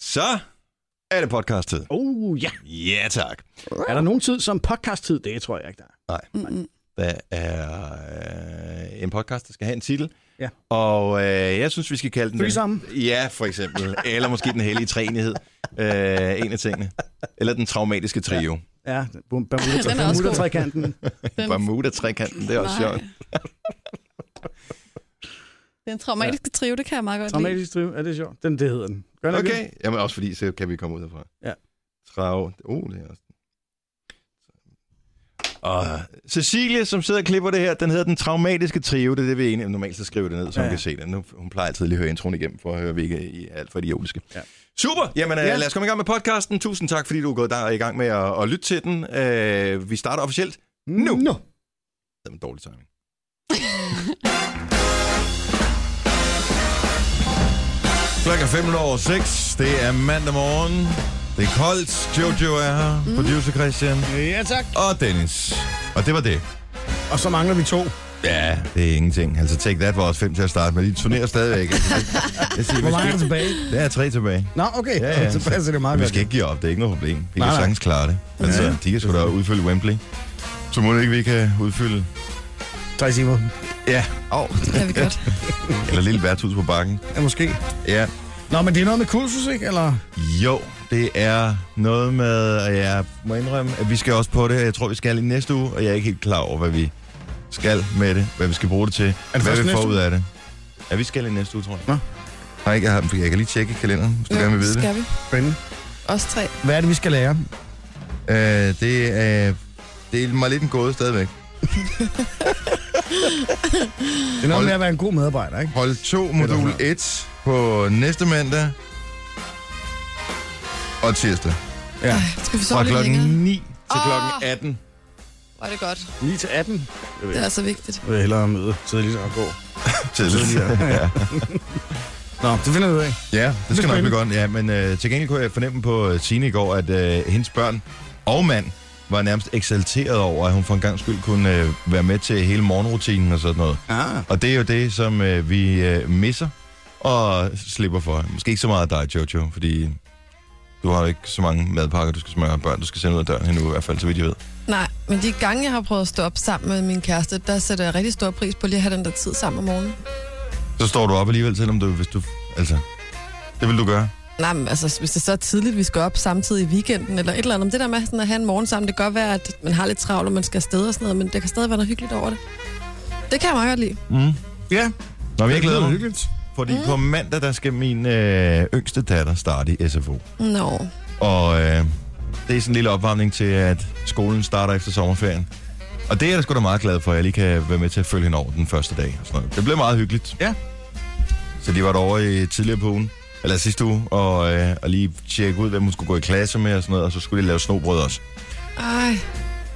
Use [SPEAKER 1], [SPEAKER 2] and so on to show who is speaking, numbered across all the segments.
[SPEAKER 1] Så er det podcast-tid.
[SPEAKER 2] Oh, ja.
[SPEAKER 1] Ja, tak.
[SPEAKER 2] Er der nogen tid som podcast-tid? Det tror jeg ikke, der er.
[SPEAKER 1] Der er øh, en podcast, der skal have en titel.
[SPEAKER 2] Ja.
[SPEAKER 1] Og øh, jeg synes, vi skal kalde den...
[SPEAKER 2] Threesome?
[SPEAKER 1] Ja, for eksempel. Eller måske den hellige treenighed. Øh, en af tingene. Eller den traumatiske trio.
[SPEAKER 2] Ja,
[SPEAKER 3] Den er også god.
[SPEAKER 2] Bermuda-trekanten.
[SPEAKER 1] Ja.
[SPEAKER 3] Den-
[SPEAKER 1] Bermuda-trekanten, det er også
[SPEAKER 3] Nej.
[SPEAKER 1] sjovt.
[SPEAKER 3] Den traumatiske trio, det kan jeg meget godt lide.
[SPEAKER 2] Dramatisk triv. Er det sjovt? Den, det hedder den. Gør den ikke
[SPEAKER 1] Okay, jamen også fordi, så kan vi komme ud herfra.
[SPEAKER 2] Ja.
[SPEAKER 1] Trav. Uh, det er også... Og Cecilie, som sidder og klipper det her, den hedder Den Traumatiske Trio. Det er det, vi er enige om. Normalt så skriver jeg det ned, så hun
[SPEAKER 2] Ja.
[SPEAKER 1] kan se det. Nu, hun plejer altid lige at høre introen igennem, for at høre, at vi ikke er alt for idiotiske.
[SPEAKER 2] Ja.
[SPEAKER 1] Super! Jamen, ja.
[SPEAKER 2] Ja.
[SPEAKER 1] lad os komme i gang med podcasten. Tusind tak, fordi du er gået der i gang med at, at lytte til den. Øh, vi starter officielt.
[SPEAKER 2] det?
[SPEAKER 1] Nu.
[SPEAKER 2] nu.
[SPEAKER 1] Det var en dårlig timing.
[SPEAKER 4] Klokken er 5 minutter over 6. Det er mandag morgen. Det er koldt. Jojo er her.
[SPEAKER 2] Mhm.
[SPEAKER 4] Producer Christian.
[SPEAKER 2] Ja, tak.
[SPEAKER 4] Og Dennis. Og det var det.
[SPEAKER 2] Og så mangler vi to.
[SPEAKER 4] Ja, det er ingenting. Altså, Take That var også fem til at starte med. De turnerer stadigvæk. Altså, det- jeg siger,
[SPEAKER 2] Hvor
[SPEAKER 4] vi
[SPEAKER 2] mange
[SPEAKER 4] skal,
[SPEAKER 2] er der tilbage?
[SPEAKER 4] der er tre tilbage.
[SPEAKER 2] Nå, okay.
[SPEAKER 4] Ja, ja.
[SPEAKER 2] Så passer det meget
[SPEAKER 4] Men vi
[SPEAKER 2] godt.
[SPEAKER 4] skal ikke give op. Det er ikke noget problem. Vi
[SPEAKER 2] Nej,
[SPEAKER 4] kan
[SPEAKER 2] nej.
[SPEAKER 4] sagtens klare det. Altså,
[SPEAKER 2] Ja.
[SPEAKER 4] de kan sgu da udfylde Wembley. Så må det ikke, vi kan udfylde...
[SPEAKER 2] Tre timer.
[SPEAKER 4] Ja, oh.
[SPEAKER 3] Det kan vi godt.
[SPEAKER 4] eller lille værtshus på bakken.
[SPEAKER 2] Ja, måske.
[SPEAKER 4] Ja,
[SPEAKER 2] Nå, men det er noget med kursus, ikke? Eller?
[SPEAKER 4] Jo, det er noget med, og jeg må indrømme, at vi skal også på det. Jeg tror, vi skal i næste uge, og jeg er ikke helt klar over, hvad vi skal med det, hvad vi skal bruge det til,
[SPEAKER 2] det
[SPEAKER 4] hvad
[SPEAKER 2] først
[SPEAKER 4] vi får
[SPEAKER 2] næste
[SPEAKER 4] ud af det. Ja, vi skal i næste uge, tror jeg.
[SPEAKER 2] Nå.
[SPEAKER 4] Nej, ikke, jeg, har, jeg kan lige tjekke kalenderen, hvis du
[SPEAKER 3] Jo,
[SPEAKER 4] gerne vil vide det.
[SPEAKER 3] skal vi.
[SPEAKER 2] Spændende.
[SPEAKER 3] Os tre.
[SPEAKER 2] Hvad er det, vi skal lære?
[SPEAKER 4] Øh, det, er, det er mig lidt en gåde stadigvæk.
[SPEAKER 2] Det er noget
[SPEAKER 4] Hold-
[SPEAKER 2] med at være en god medarbejder, ikke?
[SPEAKER 4] Hold 2,
[SPEAKER 2] Eller
[SPEAKER 4] modul
[SPEAKER 2] hvad?
[SPEAKER 4] 1 på næste mandag og tirsdag.
[SPEAKER 2] Ja.
[SPEAKER 3] Ej, skal
[SPEAKER 4] Fra
[SPEAKER 3] vi sove lidt
[SPEAKER 4] klokken
[SPEAKER 3] længere?
[SPEAKER 4] 9 til
[SPEAKER 3] Åh!
[SPEAKER 4] klokken 18.
[SPEAKER 3] Var det godt.
[SPEAKER 2] 9 til 18. Jeg
[SPEAKER 3] Det er så vigtigt.
[SPEAKER 2] vil hellere møde tidligt og gå.
[SPEAKER 4] Tidligere. ja.
[SPEAKER 2] Nå, det finder vi ud af.
[SPEAKER 4] Ja, det skal nok
[SPEAKER 2] spændende.
[SPEAKER 4] blive godt. Ja, men øh, til gengæld kunne jeg fornemme på øh, Signe i går, at øh, hendes børn og mand var nærmest eksalteret over, at hun for en gang skyld kunne øh, være med til hele morgenrutinen og sådan noget.
[SPEAKER 2] Ah.
[SPEAKER 4] Og det er jo det, som øh, vi øh, misser og slipper for. Måske ikke så meget af dig, Jojo, fordi du har jo ikke så mange madpakker, du skal smøre børn, du skal sende ud af døren endnu, i hvert fald, så vidt jeg ved.
[SPEAKER 3] Nej, men de gange, jeg har prøvet at stå op sammen med min kæreste, der sætter jeg rigtig stor pris på lige at have den der tid sammen om morgenen.
[SPEAKER 4] Så står du op alligevel, selvom du, hvis du, altså, det vil du gøre.
[SPEAKER 3] Nej, men altså, hvis det så er tidligt, vi skal op samtidig i weekenden eller et eller andet. Men det der med sådan at have en morgen sammen, det kan godt være, at man har lidt travlt, og man skal afsted og sådan noget, men der kan stadig være noget hyggeligt over det. Det kan jeg meget godt lide.
[SPEAKER 2] Ja,
[SPEAKER 4] Nå, men jeg glæder mig,
[SPEAKER 2] hyggeligt.
[SPEAKER 4] fordi på mandag, der skal min øh, yngste datter starte i SFO.
[SPEAKER 3] Nå,
[SPEAKER 4] Og øh, det er sådan en lille opvarmning til, at skolen starter efter sommerferien. Og det er jeg da sgu da meget glad for, at jeg lige kan være med til at følge hende over den første dag. Og sådan noget. Det blev meget hyggeligt.
[SPEAKER 2] Ja.
[SPEAKER 4] Så de var derovre i, tidligere på ugen, eller sidste uge, og, øh, og lige tjekke ud, hvem hun skulle gå i klasse med og sådan noget, og så skulle de lave snobrød også.
[SPEAKER 3] ej,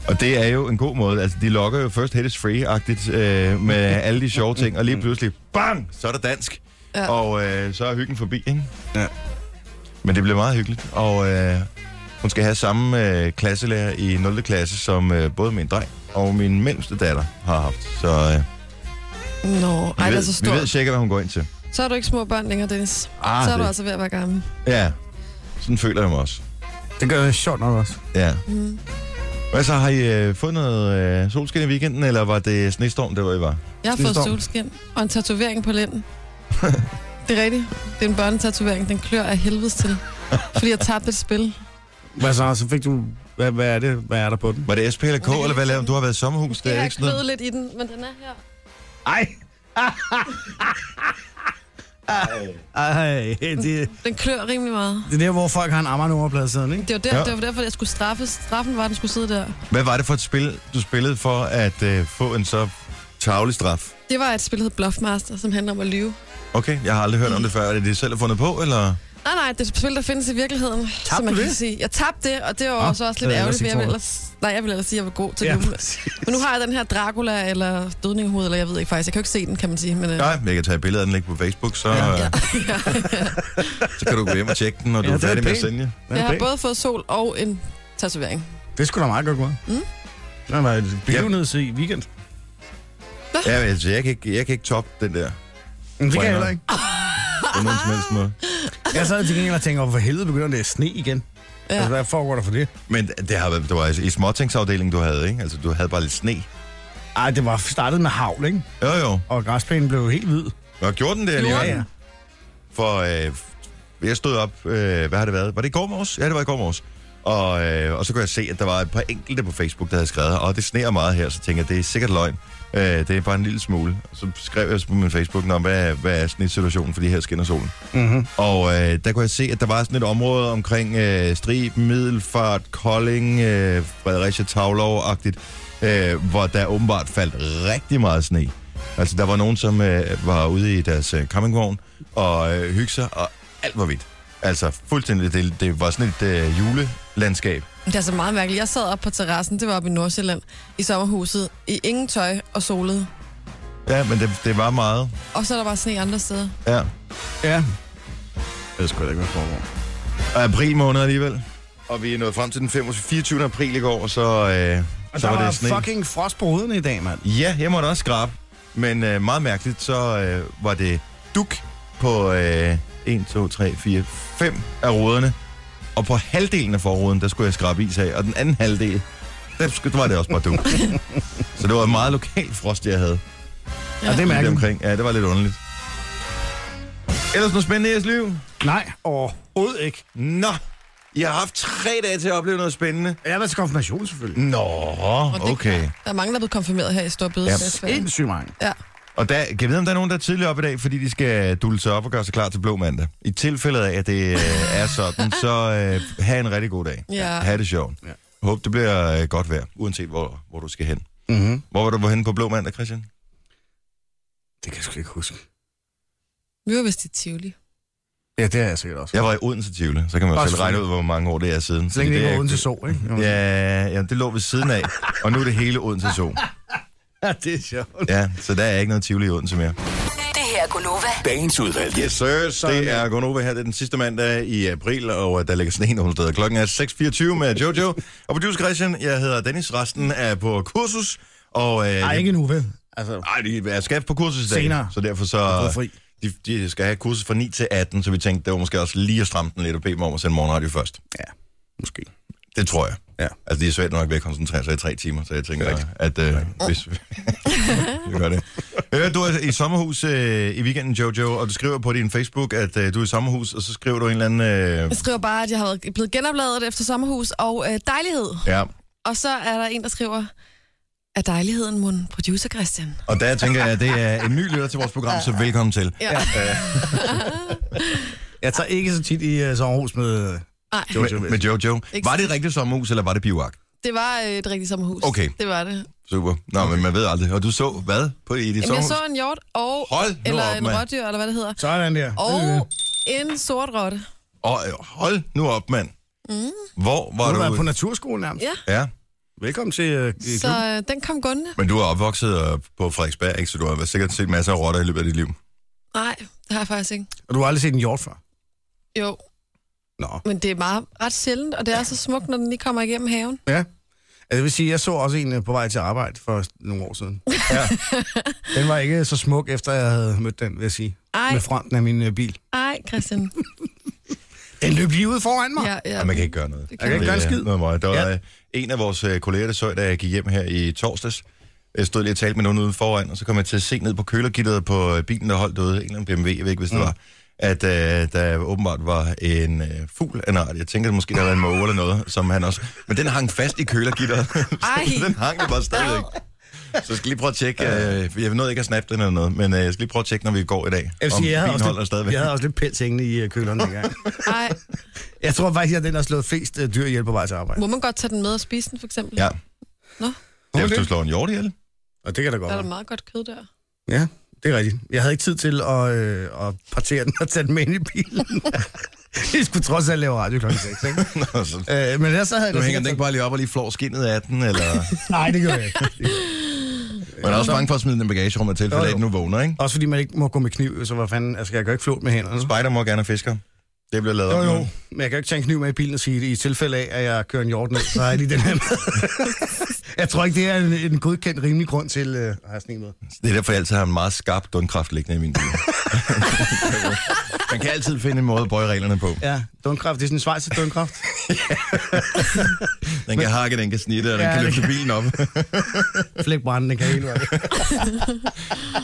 [SPEAKER 4] Og det er jo en god måde. Altså, de lokker jo først Hit is Free-agtigt øh, med alle de sjove ting, og lige pludselig, bang, så er der dansk.
[SPEAKER 3] Ja.
[SPEAKER 4] Ja. Og øh, så er hyggen forbi, ikke?
[SPEAKER 2] Ja.
[SPEAKER 4] Men det bliver meget hyggeligt, og øh, hun skal have samme øh, klasselærer i 0. klasse, som øh, både min dreng og min mellemste datter har haft. Så øh, vi,
[SPEAKER 3] nå, ej, det er
[SPEAKER 4] ved,
[SPEAKER 3] så
[SPEAKER 4] vi ved
[SPEAKER 3] stort.
[SPEAKER 4] cirka, hvad hun går ind til.
[SPEAKER 3] Så er du ikke små børn længere, Dennis.
[SPEAKER 4] Ah,
[SPEAKER 3] så er
[SPEAKER 4] det-
[SPEAKER 3] du altså ved at være gammel.
[SPEAKER 4] Ja, sådan føler jeg mig også.
[SPEAKER 2] Det gør jeg sjovt nok også.
[SPEAKER 4] Ja.
[SPEAKER 3] Mm.
[SPEAKER 4] Hvad så, har I øh, fået noget øh, solskin i weekenden, eller var det snestorm, der var I var?
[SPEAKER 3] Jeg har
[SPEAKER 2] Sådan
[SPEAKER 3] fået
[SPEAKER 2] står den.
[SPEAKER 3] solskin og en tatovering på lænden. det er rigtigt. Det er en børnetatovering. Den klør af helvedes til. Fordi jeg tabte et spil.
[SPEAKER 2] Hvad så? Så fik du... Hvad, hvad er det? Hvad er der på den?
[SPEAKER 4] Var det SP eller K,
[SPEAKER 3] Nej,
[SPEAKER 4] eller hvad lavede du? Du har været i sommerhus,
[SPEAKER 3] Det
[SPEAKER 4] det
[SPEAKER 3] jeg
[SPEAKER 4] er
[SPEAKER 3] har
[SPEAKER 4] ikke sådan noget.
[SPEAKER 3] kløet lidt i den, men den er her.
[SPEAKER 2] Ej! Ej, det,
[SPEAKER 3] Den klør rimelig meget.
[SPEAKER 2] det er der, hvor folk har en ammer nummerplade siddende, ikke?
[SPEAKER 3] Det var, der,
[SPEAKER 4] Ja.
[SPEAKER 3] ja. det var derfor, jeg skulle straffes. Straffen var, at den skulle sidde der.
[SPEAKER 4] Hvad var det for et spil, du spillede for at øh, få en så tavlig straf?
[SPEAKER 3] Det var et spil, der hed Bluffmaster, som handler om at lyve.
[SPEAKER 4] Okay, jeg har aldrig hørt om det før. Er det det, I selv har fundet på, eller?
[SPEAKER 3] Nej, nej, det er et spil, der findes i virkeligheden. som man
[SPEAKER 2] du
[SPEAKER 3] kan
[SPEAKER 2] det?
[SPEAKER 3] sige. Jeg tabte det, og det var
[SPEAKER 2] Ah,
[SPEAKER 3] også, også
[SPEAKER 2] det
[SPEAKER 3] lidt
[SPEAKER 2] havde jeg
[SPEAKER 3] ærgerligt, for jeg
[SPEAKER 2] ellers
[SPEAKER 3] ville
[SPEAKER 2] ikke
[SPEAKER 3] ellers... Nej, jeg ville ellers sige, at jeg var god til ja.
[SPEAKER 2] Ja,
[SPEAKER 3] lyve.
[SPEAKER 2] præcis.
[SPEAKER 3] Men nu har jeg den her Dracula, eller Dødningehoved, eller jeg ved ikke faktisk. Jeg kan jo ikke se den, kan man sige. Men, øh,
[SPEAKER 4] Nej, men jeg kan tage billeder af den ligge på Facebook, så, ja, ja. så kan du gå hjem og tjekke den, når du
[SPEAKER 2] Ja,
[SPEAKER 4] ja, er
[SPEAKER 2] det er
[SPEAKER 4] færdig med at
[SPEAKER 2] pænt.
[SPEAKER 4] sende jer.
[SPEAKER 2] Den
[SPEAKER 3] Jeg
[SPEAKER 2] er
[SPEAKER 3] har
[SPEAKER 2] pæn.
[SPEAKER 3] både fået sol og en tatovering.
[SPEAKER 2] Det skulle da meget godt gå. Mm. Det var et Mm, begivenheds i weekend.
[SPEAKER 4] Ja, men altså, jeg kan ikke, jeg kan ikke toppe den der.
[SPEAKER 2] Men det kan
[SPEAKER 4] Why not?
[SPEAKER 2] jeg heller ikke.
[SPEAKER 4] På nogen som helst måde.
[SPEAKER 2] Jeg sad til gengæld og tænkte, hvorfor helvede begynder det at sne igen? Ja. Altså, hvad foregår der for det?
[SPEAKER 4] Men det, har, været- det var altså i småtingsafdelingen, du havde, ikke? Altså, du havde bare lidt sne.
[SPEAKER 2] Ej, det var startet med havl, ikke?
[SPEAKER 4] Jo, jo.
[SPEAKER 2] Og græsplænen blev helt hvid.
[SPEAKER 4] Nå, gjorde den det alligevel?
[SPEAKER 2] ja.
[SPEAKER 4] For øh, jeg stod op, øh, hvad har det været? Var det i går morges? Ja, det var i går morges. Og, øh, og så kunne jeg se, at der var et par enkelte på Facebook, der havde skrevet, og det sneer meget her, så tænkte jeg, det er sikkert løgn. Øh, det er bare en lille smule. Og så skrev jeg så på min Facebook, Nå, hvad, er- hvad er snitsituationen, fordi her skinner solen.
[SPEAKER 2] Mm-hmm.
[SPEAKER 4] Og øh, der kunne jeg se, at der var sådan et område omkring øh, Strib, Middelfart, Kolding, øh, Fredericia, Tavlov-agtigt, øh, hvor der åbenbart faldt rigtig meget sne. Altså, der var nogen, som øh, var ude i deres øh, campingvogn og øh, hyggede sig, og alt var hvidt. Altså, fuldstændig, det, det var sådan et øh, julelandskab.
[SPEAKER 3] Det er så meget mærkeligt. Jeg sad op på terrassen, det var oppe i Nordsjælland, i sommerhuset, i ingen tøj og solede.
[SPEAKER 4] Ja, men det, det var meget.
[SPEAKER 3] Og så er der bare sne andre steder.
[SPEAKER 4] Ja.
[SPEAKER 2] Ja. Det skulle da ikke være foregår.
[SPEAKER 4] Og april måned alligevel. Og vi er nået frem til den 25, 24. april i går, og så, øh,
[SPEAKER 2] Og
[SPEAKER 4] så
[SPEAKER 2] der
[SPEAKER 4] var,
[SPEAKER 2] var
[SPEAKER 4] det sne.
[SPEAKER 2] fucking frost på ruden i dag, mand.
[SPEAKER 4] Ja, jeg måtte også skrabe. Men øh, meget mærkeligt, så øh, var det duk på øh, 1, 2, 3, 4, 5 af ruderne. Og på halvdelen af forruden, der skulle jeg skrabe is af. Og den anden halvdel, der sk- var det også bare duk. så det var meget lokal frost, jeg havde.
[SPEAKER 2] Ja. Og det er
[SPEAKER 4] Lige
[SPEAKER 2] mærkeligt.
[SPEAKER 4] omkring. Ja, det var lidt underligt. Ellers noget spændende i jeres liv?
[SPEAKER 2] Nej, overhovedet ikke.
[SPEAKER 4] Nå, jeg har haft tre dage til at opleve noget spændende.
[SPEAKER 2] Jeg var til konfirmation, selvfølgelig.
[SPEAKER 4] Nå,
[SPEAKER 3] Og det er
[SPEAKER 4] okay.
[SPEAKER 3] klart, Der er mange, der er blevet konfirmeret her i Storbøde.
[SPEAKER 4] Ja.
[SPEAKER 3] Ja.
[SPEAKER 2] Sindssygt mange.
[SPEAKER 3] ja.
[SPEAKER 4] Og der, kan jeg vide, om der er nogen, der er tidligere op i dag, fordi de skal dulle sig op og gøre sig klar til blå mandag? I tilfældet af, at det øh, er sådan, så øh, have en rigtig god dag.
[SPEAKER 3] Ja.
[SPEAKER 4] Ha' det sjovt.
[SPEAKER 2] Ja.
[SPEAKER 4] Håb, det bliver øh, godt vejr, uanset hvor, hvor du skal hen.
[SPEAKER 2] Mm-hmm.
[SPEAKER 4] Hvor var du henne på blå mandag, Christian?
[SPEAKER 2] Det kan jeg sgu ikke huske.
[SPEAKER 3] Vi var vist i Tivoli.
[SPEAKER 2] Ja, det er jeg sikkert også.
[SPEAKER 4] Jeg var i Odense Tivoli, så kan man jo
[SPEAKER 2] Også
[SPEAKER 4] selv regne ud,
[SPEAKER 2] fint.
[SPEAKER 4] hvor mange år det er siden.
[SPEAKER 2] Så længe
[SPEAKER 4] Fordi
[SPEAKER 2] det ikke var
[SPEAKER 4] er-
[SPEAKER 2] uden til sol, ikke?
[SPEAKER 4] Ja, ja, det lå ved siden af, og nu er det hele Odense Zoo.
[SPEAKER 2] ja, det er sjovt.
[SPEAKER 4] Ja, så der er ikke noget Tivoli i Odense mere.
[SPEAKER 5] Det her er Gunova.
[SPEAKER 6] Dagens udvalgte.
[SPEAKER 4] Yes, sir. Det er Gonova her. Det er den sidste mandag i april, og øh, der ligger sne nogle steder. Klokken er 6.24 med Jojo. Og producer Christian, jeg hedder Dennis. Resten er på kursus. Og, øh,
[SPEAKER 2] Nej, ikke nu, vel? Altså,
[SPEAKER 4] Ej, de er skabt på kursus i dag.
[SPEAKER 2] Senere.
[SPEAKER 4] Så derfor
[SPEAKER 2] Jeg
[SPEAKER 4] så...
[SPEAKER 2] er fri.
[SPEAKER 4] De, de, skal have kurset fra 9 til 18, så vi tænkte, det var måske også lige at stramme den lidt og bede dem om at sende morgenradio først.
[SPEAKER 2] ja, måske.
[SPEAKER 4] Det tror jeg.
[SPEAKER 2] Ja.
[SPEAKER 4] Altså, det er svært nok ved at koncentrere sig i tre timer, så jeg tænker,
[SPEAKER 2] Rigtigt.
[SPEAKER 4] at øh, hvis vi gør det. Øh, du er i sommerhus øh, i weekenden, Jojo, og du skriver på din Facebook, at øh, du er i sommerhus, og så skriver du en eller anden... Øh,
[SPEAKER 3] Jeg skriver bare, at jeg har været- blevet genopladet efter sommerhus og øh, dejlighed.
[SPEAKER 4] ja,
[SPEAKER 3] Og så er der en, der skriver, at dejligheden mon producer Christian.
[SPEAKER 4] og der tænker jeg, at det er en ny lytter til vores program, så velkommen til.
[SPEAKER 3] Ja.
[SPEAKER 2] Jeg tager ikke så tit i uh, sommerhus med...
[SPEAKER 3] Nej,
[SPEAKER 2] Jojo.
[SPEAKER 4] Med, med Jojo.
[SPEAKER 3] Ikke-
[SPEAKER 4] Var det et rigtigt sommerhus, eller var det bivak?
[SPEAKER 3] det var øh, et rigtigt sommerhus.
[SPEAKER 4] Okay.
[SPEAKER 3] Det var det.
[SPEAKER 4] Super. Nå, men man ved aldrig. Og du så hvad på i dit
[SPEAKER 3] Jamen, jeg
[SPEAKER 4] sommerhus?
[SPEAKER 3] så en hjort og...
[SPEAKER 4] Hold nu
[SPEAKER 3] eller
[SPEAKER 4] op,
[SPEAKER 3] en
[SPEAKER 4] mand.
[SPEAKER 3] rådyr, eller hvad det hedder.
[SPEAKER 2] Sådan der.
[SPEAKER 3] Og en sort rotte.
[SPEAKER 4] Og, øh, hold nu op, mand. Mm. Hvor var
[SPEAKER 2] Har
[SPEAKER 4] du?
[SPEAKER 2] du været på naturskolen nærmest?
[SPEAKER 3] Ja.
[SPEAKER 4] ja.
[SPEAKER 2] Velkommen til uh,
[SPEAKER 3] Så øh, den kom gående.
[SPEAKER 4] Men du er opvokset øh, på Frederiksberg, ikke? så du har sikkert set masser af rotter i løbet af dit liv.
[SPEAKER 3] Nej, det har jeg faktisk ikke.
[SPEAKER 2] Og du har aldrig set en hjort før?
[SPEAKER 3] Jo,
[SPEAKER 2] Nå.
[SPEAKER 3] men det er meget ret sjældent, og det er så smukt, når den lige kommer igennem haven.
[SPEAKER 2] Ja. Altså, det vil sige, jeg så også en øh, på vej til arbejde for nogle år siden. Ja. Den var ikke så smuk, efter jeg havde mødt den, vil jeg sige.
[SPEAKER 3] Ej.
[SPEAKER 2] Med fronten af min øh, bil.
[SPEAKER 3] Ej, Christian.
[SPEAKER 2] Den løb lige ud foran mig.
[SPEAKER 3] Ja, ja.
[SPEAKER 4] Ja, man kan ikke gøre noget.
[SPEAKER 3] Det
[SPEAKER 2] kan man ikke gøre en
[SPEAKER 4] Det er
[SPEAKER 2] skid.
[SPEAKER 4] Noget meget. Der var
[SPEAKER 2] Ja.
[SPEAKER 4] ja. en af vores øh, kolleger, der så, da jeg gik hjem her i torsdags. Jeg stod lige og talte med nogen ude foran, og så kom jeg til at se ned på kølergitteret på øh, bilen, der holdt derude. En eller anden BMW, jeg ved ikke, hvis det
[SPEAKER 2] Mm.
[SPEAKER 4] var. At øh, der åbenbart var en øh, fugl af en art. Jeg tænkte, at måske der havde en måge eller noget, som han også... Men den hang fast i kølergitteret.
[SPEAKER 3] Ej.
[SPEAKER 4] så den hang jo bare stadigvæk. Så jeg skal lige prøve at tjekke... Øh, for jeg nåede ikke at snappe den eller noget, men øh, jeg skal lige prøve at tjekke, når vi går i dag.
[SPEAKER 2] Jeg, vil sige, jeg, havde
[SPEAKER 4] bilen
[SPEAKER 2] også
[SPEAKER 4] holder
[SPEAKER 2] lidt,
[SPEAKER 4] stadigvæk.
[SPEAKER 2] jeg havde også lidt pels hængende i øh, køleren dengang.
[SPEAKER 3] Ej,
[SPEAKER 2] Jeg tror faktisk, at den har slået flest øh, dyr ihjel på vej til arbejde.
[SPEAKER 3] må man godt tage den med og spise den, for eksempel?
[SPEAKER 4] Ja.
[SPEAKER 3] Nå.
[SPEAKER 4] Ja, hvis du slår en hjort ihjel.
[SPEAKER 2] Og det kan da godt
[SPEAKER 3] Der er der
[SPEAKER 2] være.
[SPEAKER 3] meget godt kød der.
[SPEAKER 2] Ja, det er rigtigt. Jeg havde ikke tid til at, øh, at partere den og tage den med ind i bilen. Vi skulle trods alt lave radio klokken 6, ikke?
[SPEAKER 4] Nå, så
[SPEAKER 2] Øh, men ellers så havde jeg...
[SPEAKER 4] Nu
[SPEAKER 2] godt
[SPEAKER 4] hænger den
[SPEAKER 2] tænkt
[SPEAKER 4] ikke bare lige op og lige flår skinnet af den, eller...
[SPEAKER 2] mig- Nej, det gør jeg ikke.
[SPEAKER 4] Man er også bange for at smide den i bagagerummet til, for
[SPEAKER 2] Jo,
[SPEAKER 4] at
[SPEAKER 2] jo.
[SPEAKER 4] den nu vågner, ikke?
[SPEAKER 2] Også fordi man ikke må gå med kniv, så hvad fanden... Altså, jeg kan jo ikke flot med hænderne.
[SPEAKER 4] Spider må gerne have fisker. Det bliver lavet
[SPEAKER 2] Jo,
[SPEAKER 4] om
[SPEAKER 2] jo.
[SPEAKER 4] nu.
[SPEAKER 2] Men jeg kan jo ikke tage en kniv med i bilen og sige, at i tilfælde af, at jeg kører en hjort ned, så har jeg lige den her med. jeg tror ikke, det er en, en godkendt rimelig grund til øh, at have sne med.
[SPEAKER 4] Det er derfor, jeg altid har en meget skarp dundkraft liggende i min bil. Man kan altid finde en måde at bøje reglerne på.
[SPEAKER 2] Ja, dundkraft. Det er sådan en svejs dundkraft.
[SPEAKER 4] Den kan hakke, den kan snitte, og den
[SPEAKER 2] Ja,
[SPEAKER 4] kan
[SPEAKER 2] det
[SPEAKER 4] løfte bilen op.
[SPEAKER 2] Flæk branden, den kan hele vejen.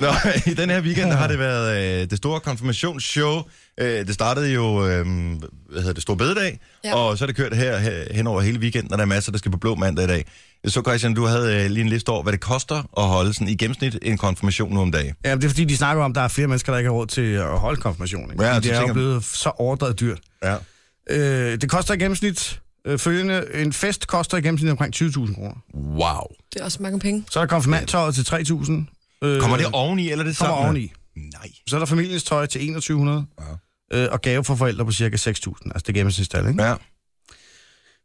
[SPEAKER 4] Nå, i den her weekend har det været øh, det store konfirmationsshow. Øh, det startede jo, øh, hvad hedder det, Stor Bededag, ja.
[SPEAKER 3] Ja.
[SPEAKER 4] og så er det kørt her, he- hen over hele weekenden, og der er masser, der skal på blå mandag i dag. Så Christian, du havde øh, lige en liste over, hvad det koster at holde sådan, i gennemsnit en konfirmation nu om dagen.
[SPEAKER 2] Ja, men det er fordi, de snakker om, at der er flere mennesker, der ikke har råd til at holde konfirmation. Ikke?
[SPEAKER 4] Ja,
[SPEAKER 2] Fordi
[SPEAKER 4] så
[SPEAKER 2] det er jo
[SPEAKER 4] tænker-
[SPEAKER 2] blevet så overdrevet dyrt.
[SPEAKER 4] Ja.
[SPEAKER 2] Øh, det koster i gennemsnit øh, følgende. En fest koster i gennemsnit omkring 20.000 kroner.
[SPEAKER 4] Wow.
[SPEAKER 3] Det er også mange penge.
[SPEAKER 2] Så er der konfirmandtøjet til 3.000. Øh,
[SPEAKER 4] Kommer det oveni, eller er det
[SPEAKER 2] kommer
[SPEAKER 4] sammen?
[SPEAKER 2] oveni.
[SPEAKER 4] Nej.
[SPEAKER 2] Så er der familiens tøj til 2100. Ja. Øh, og gave for forældre på cirka 6.000. Altså det er gennemsnitstal, ikke?
[SPEAKER 4] Ja,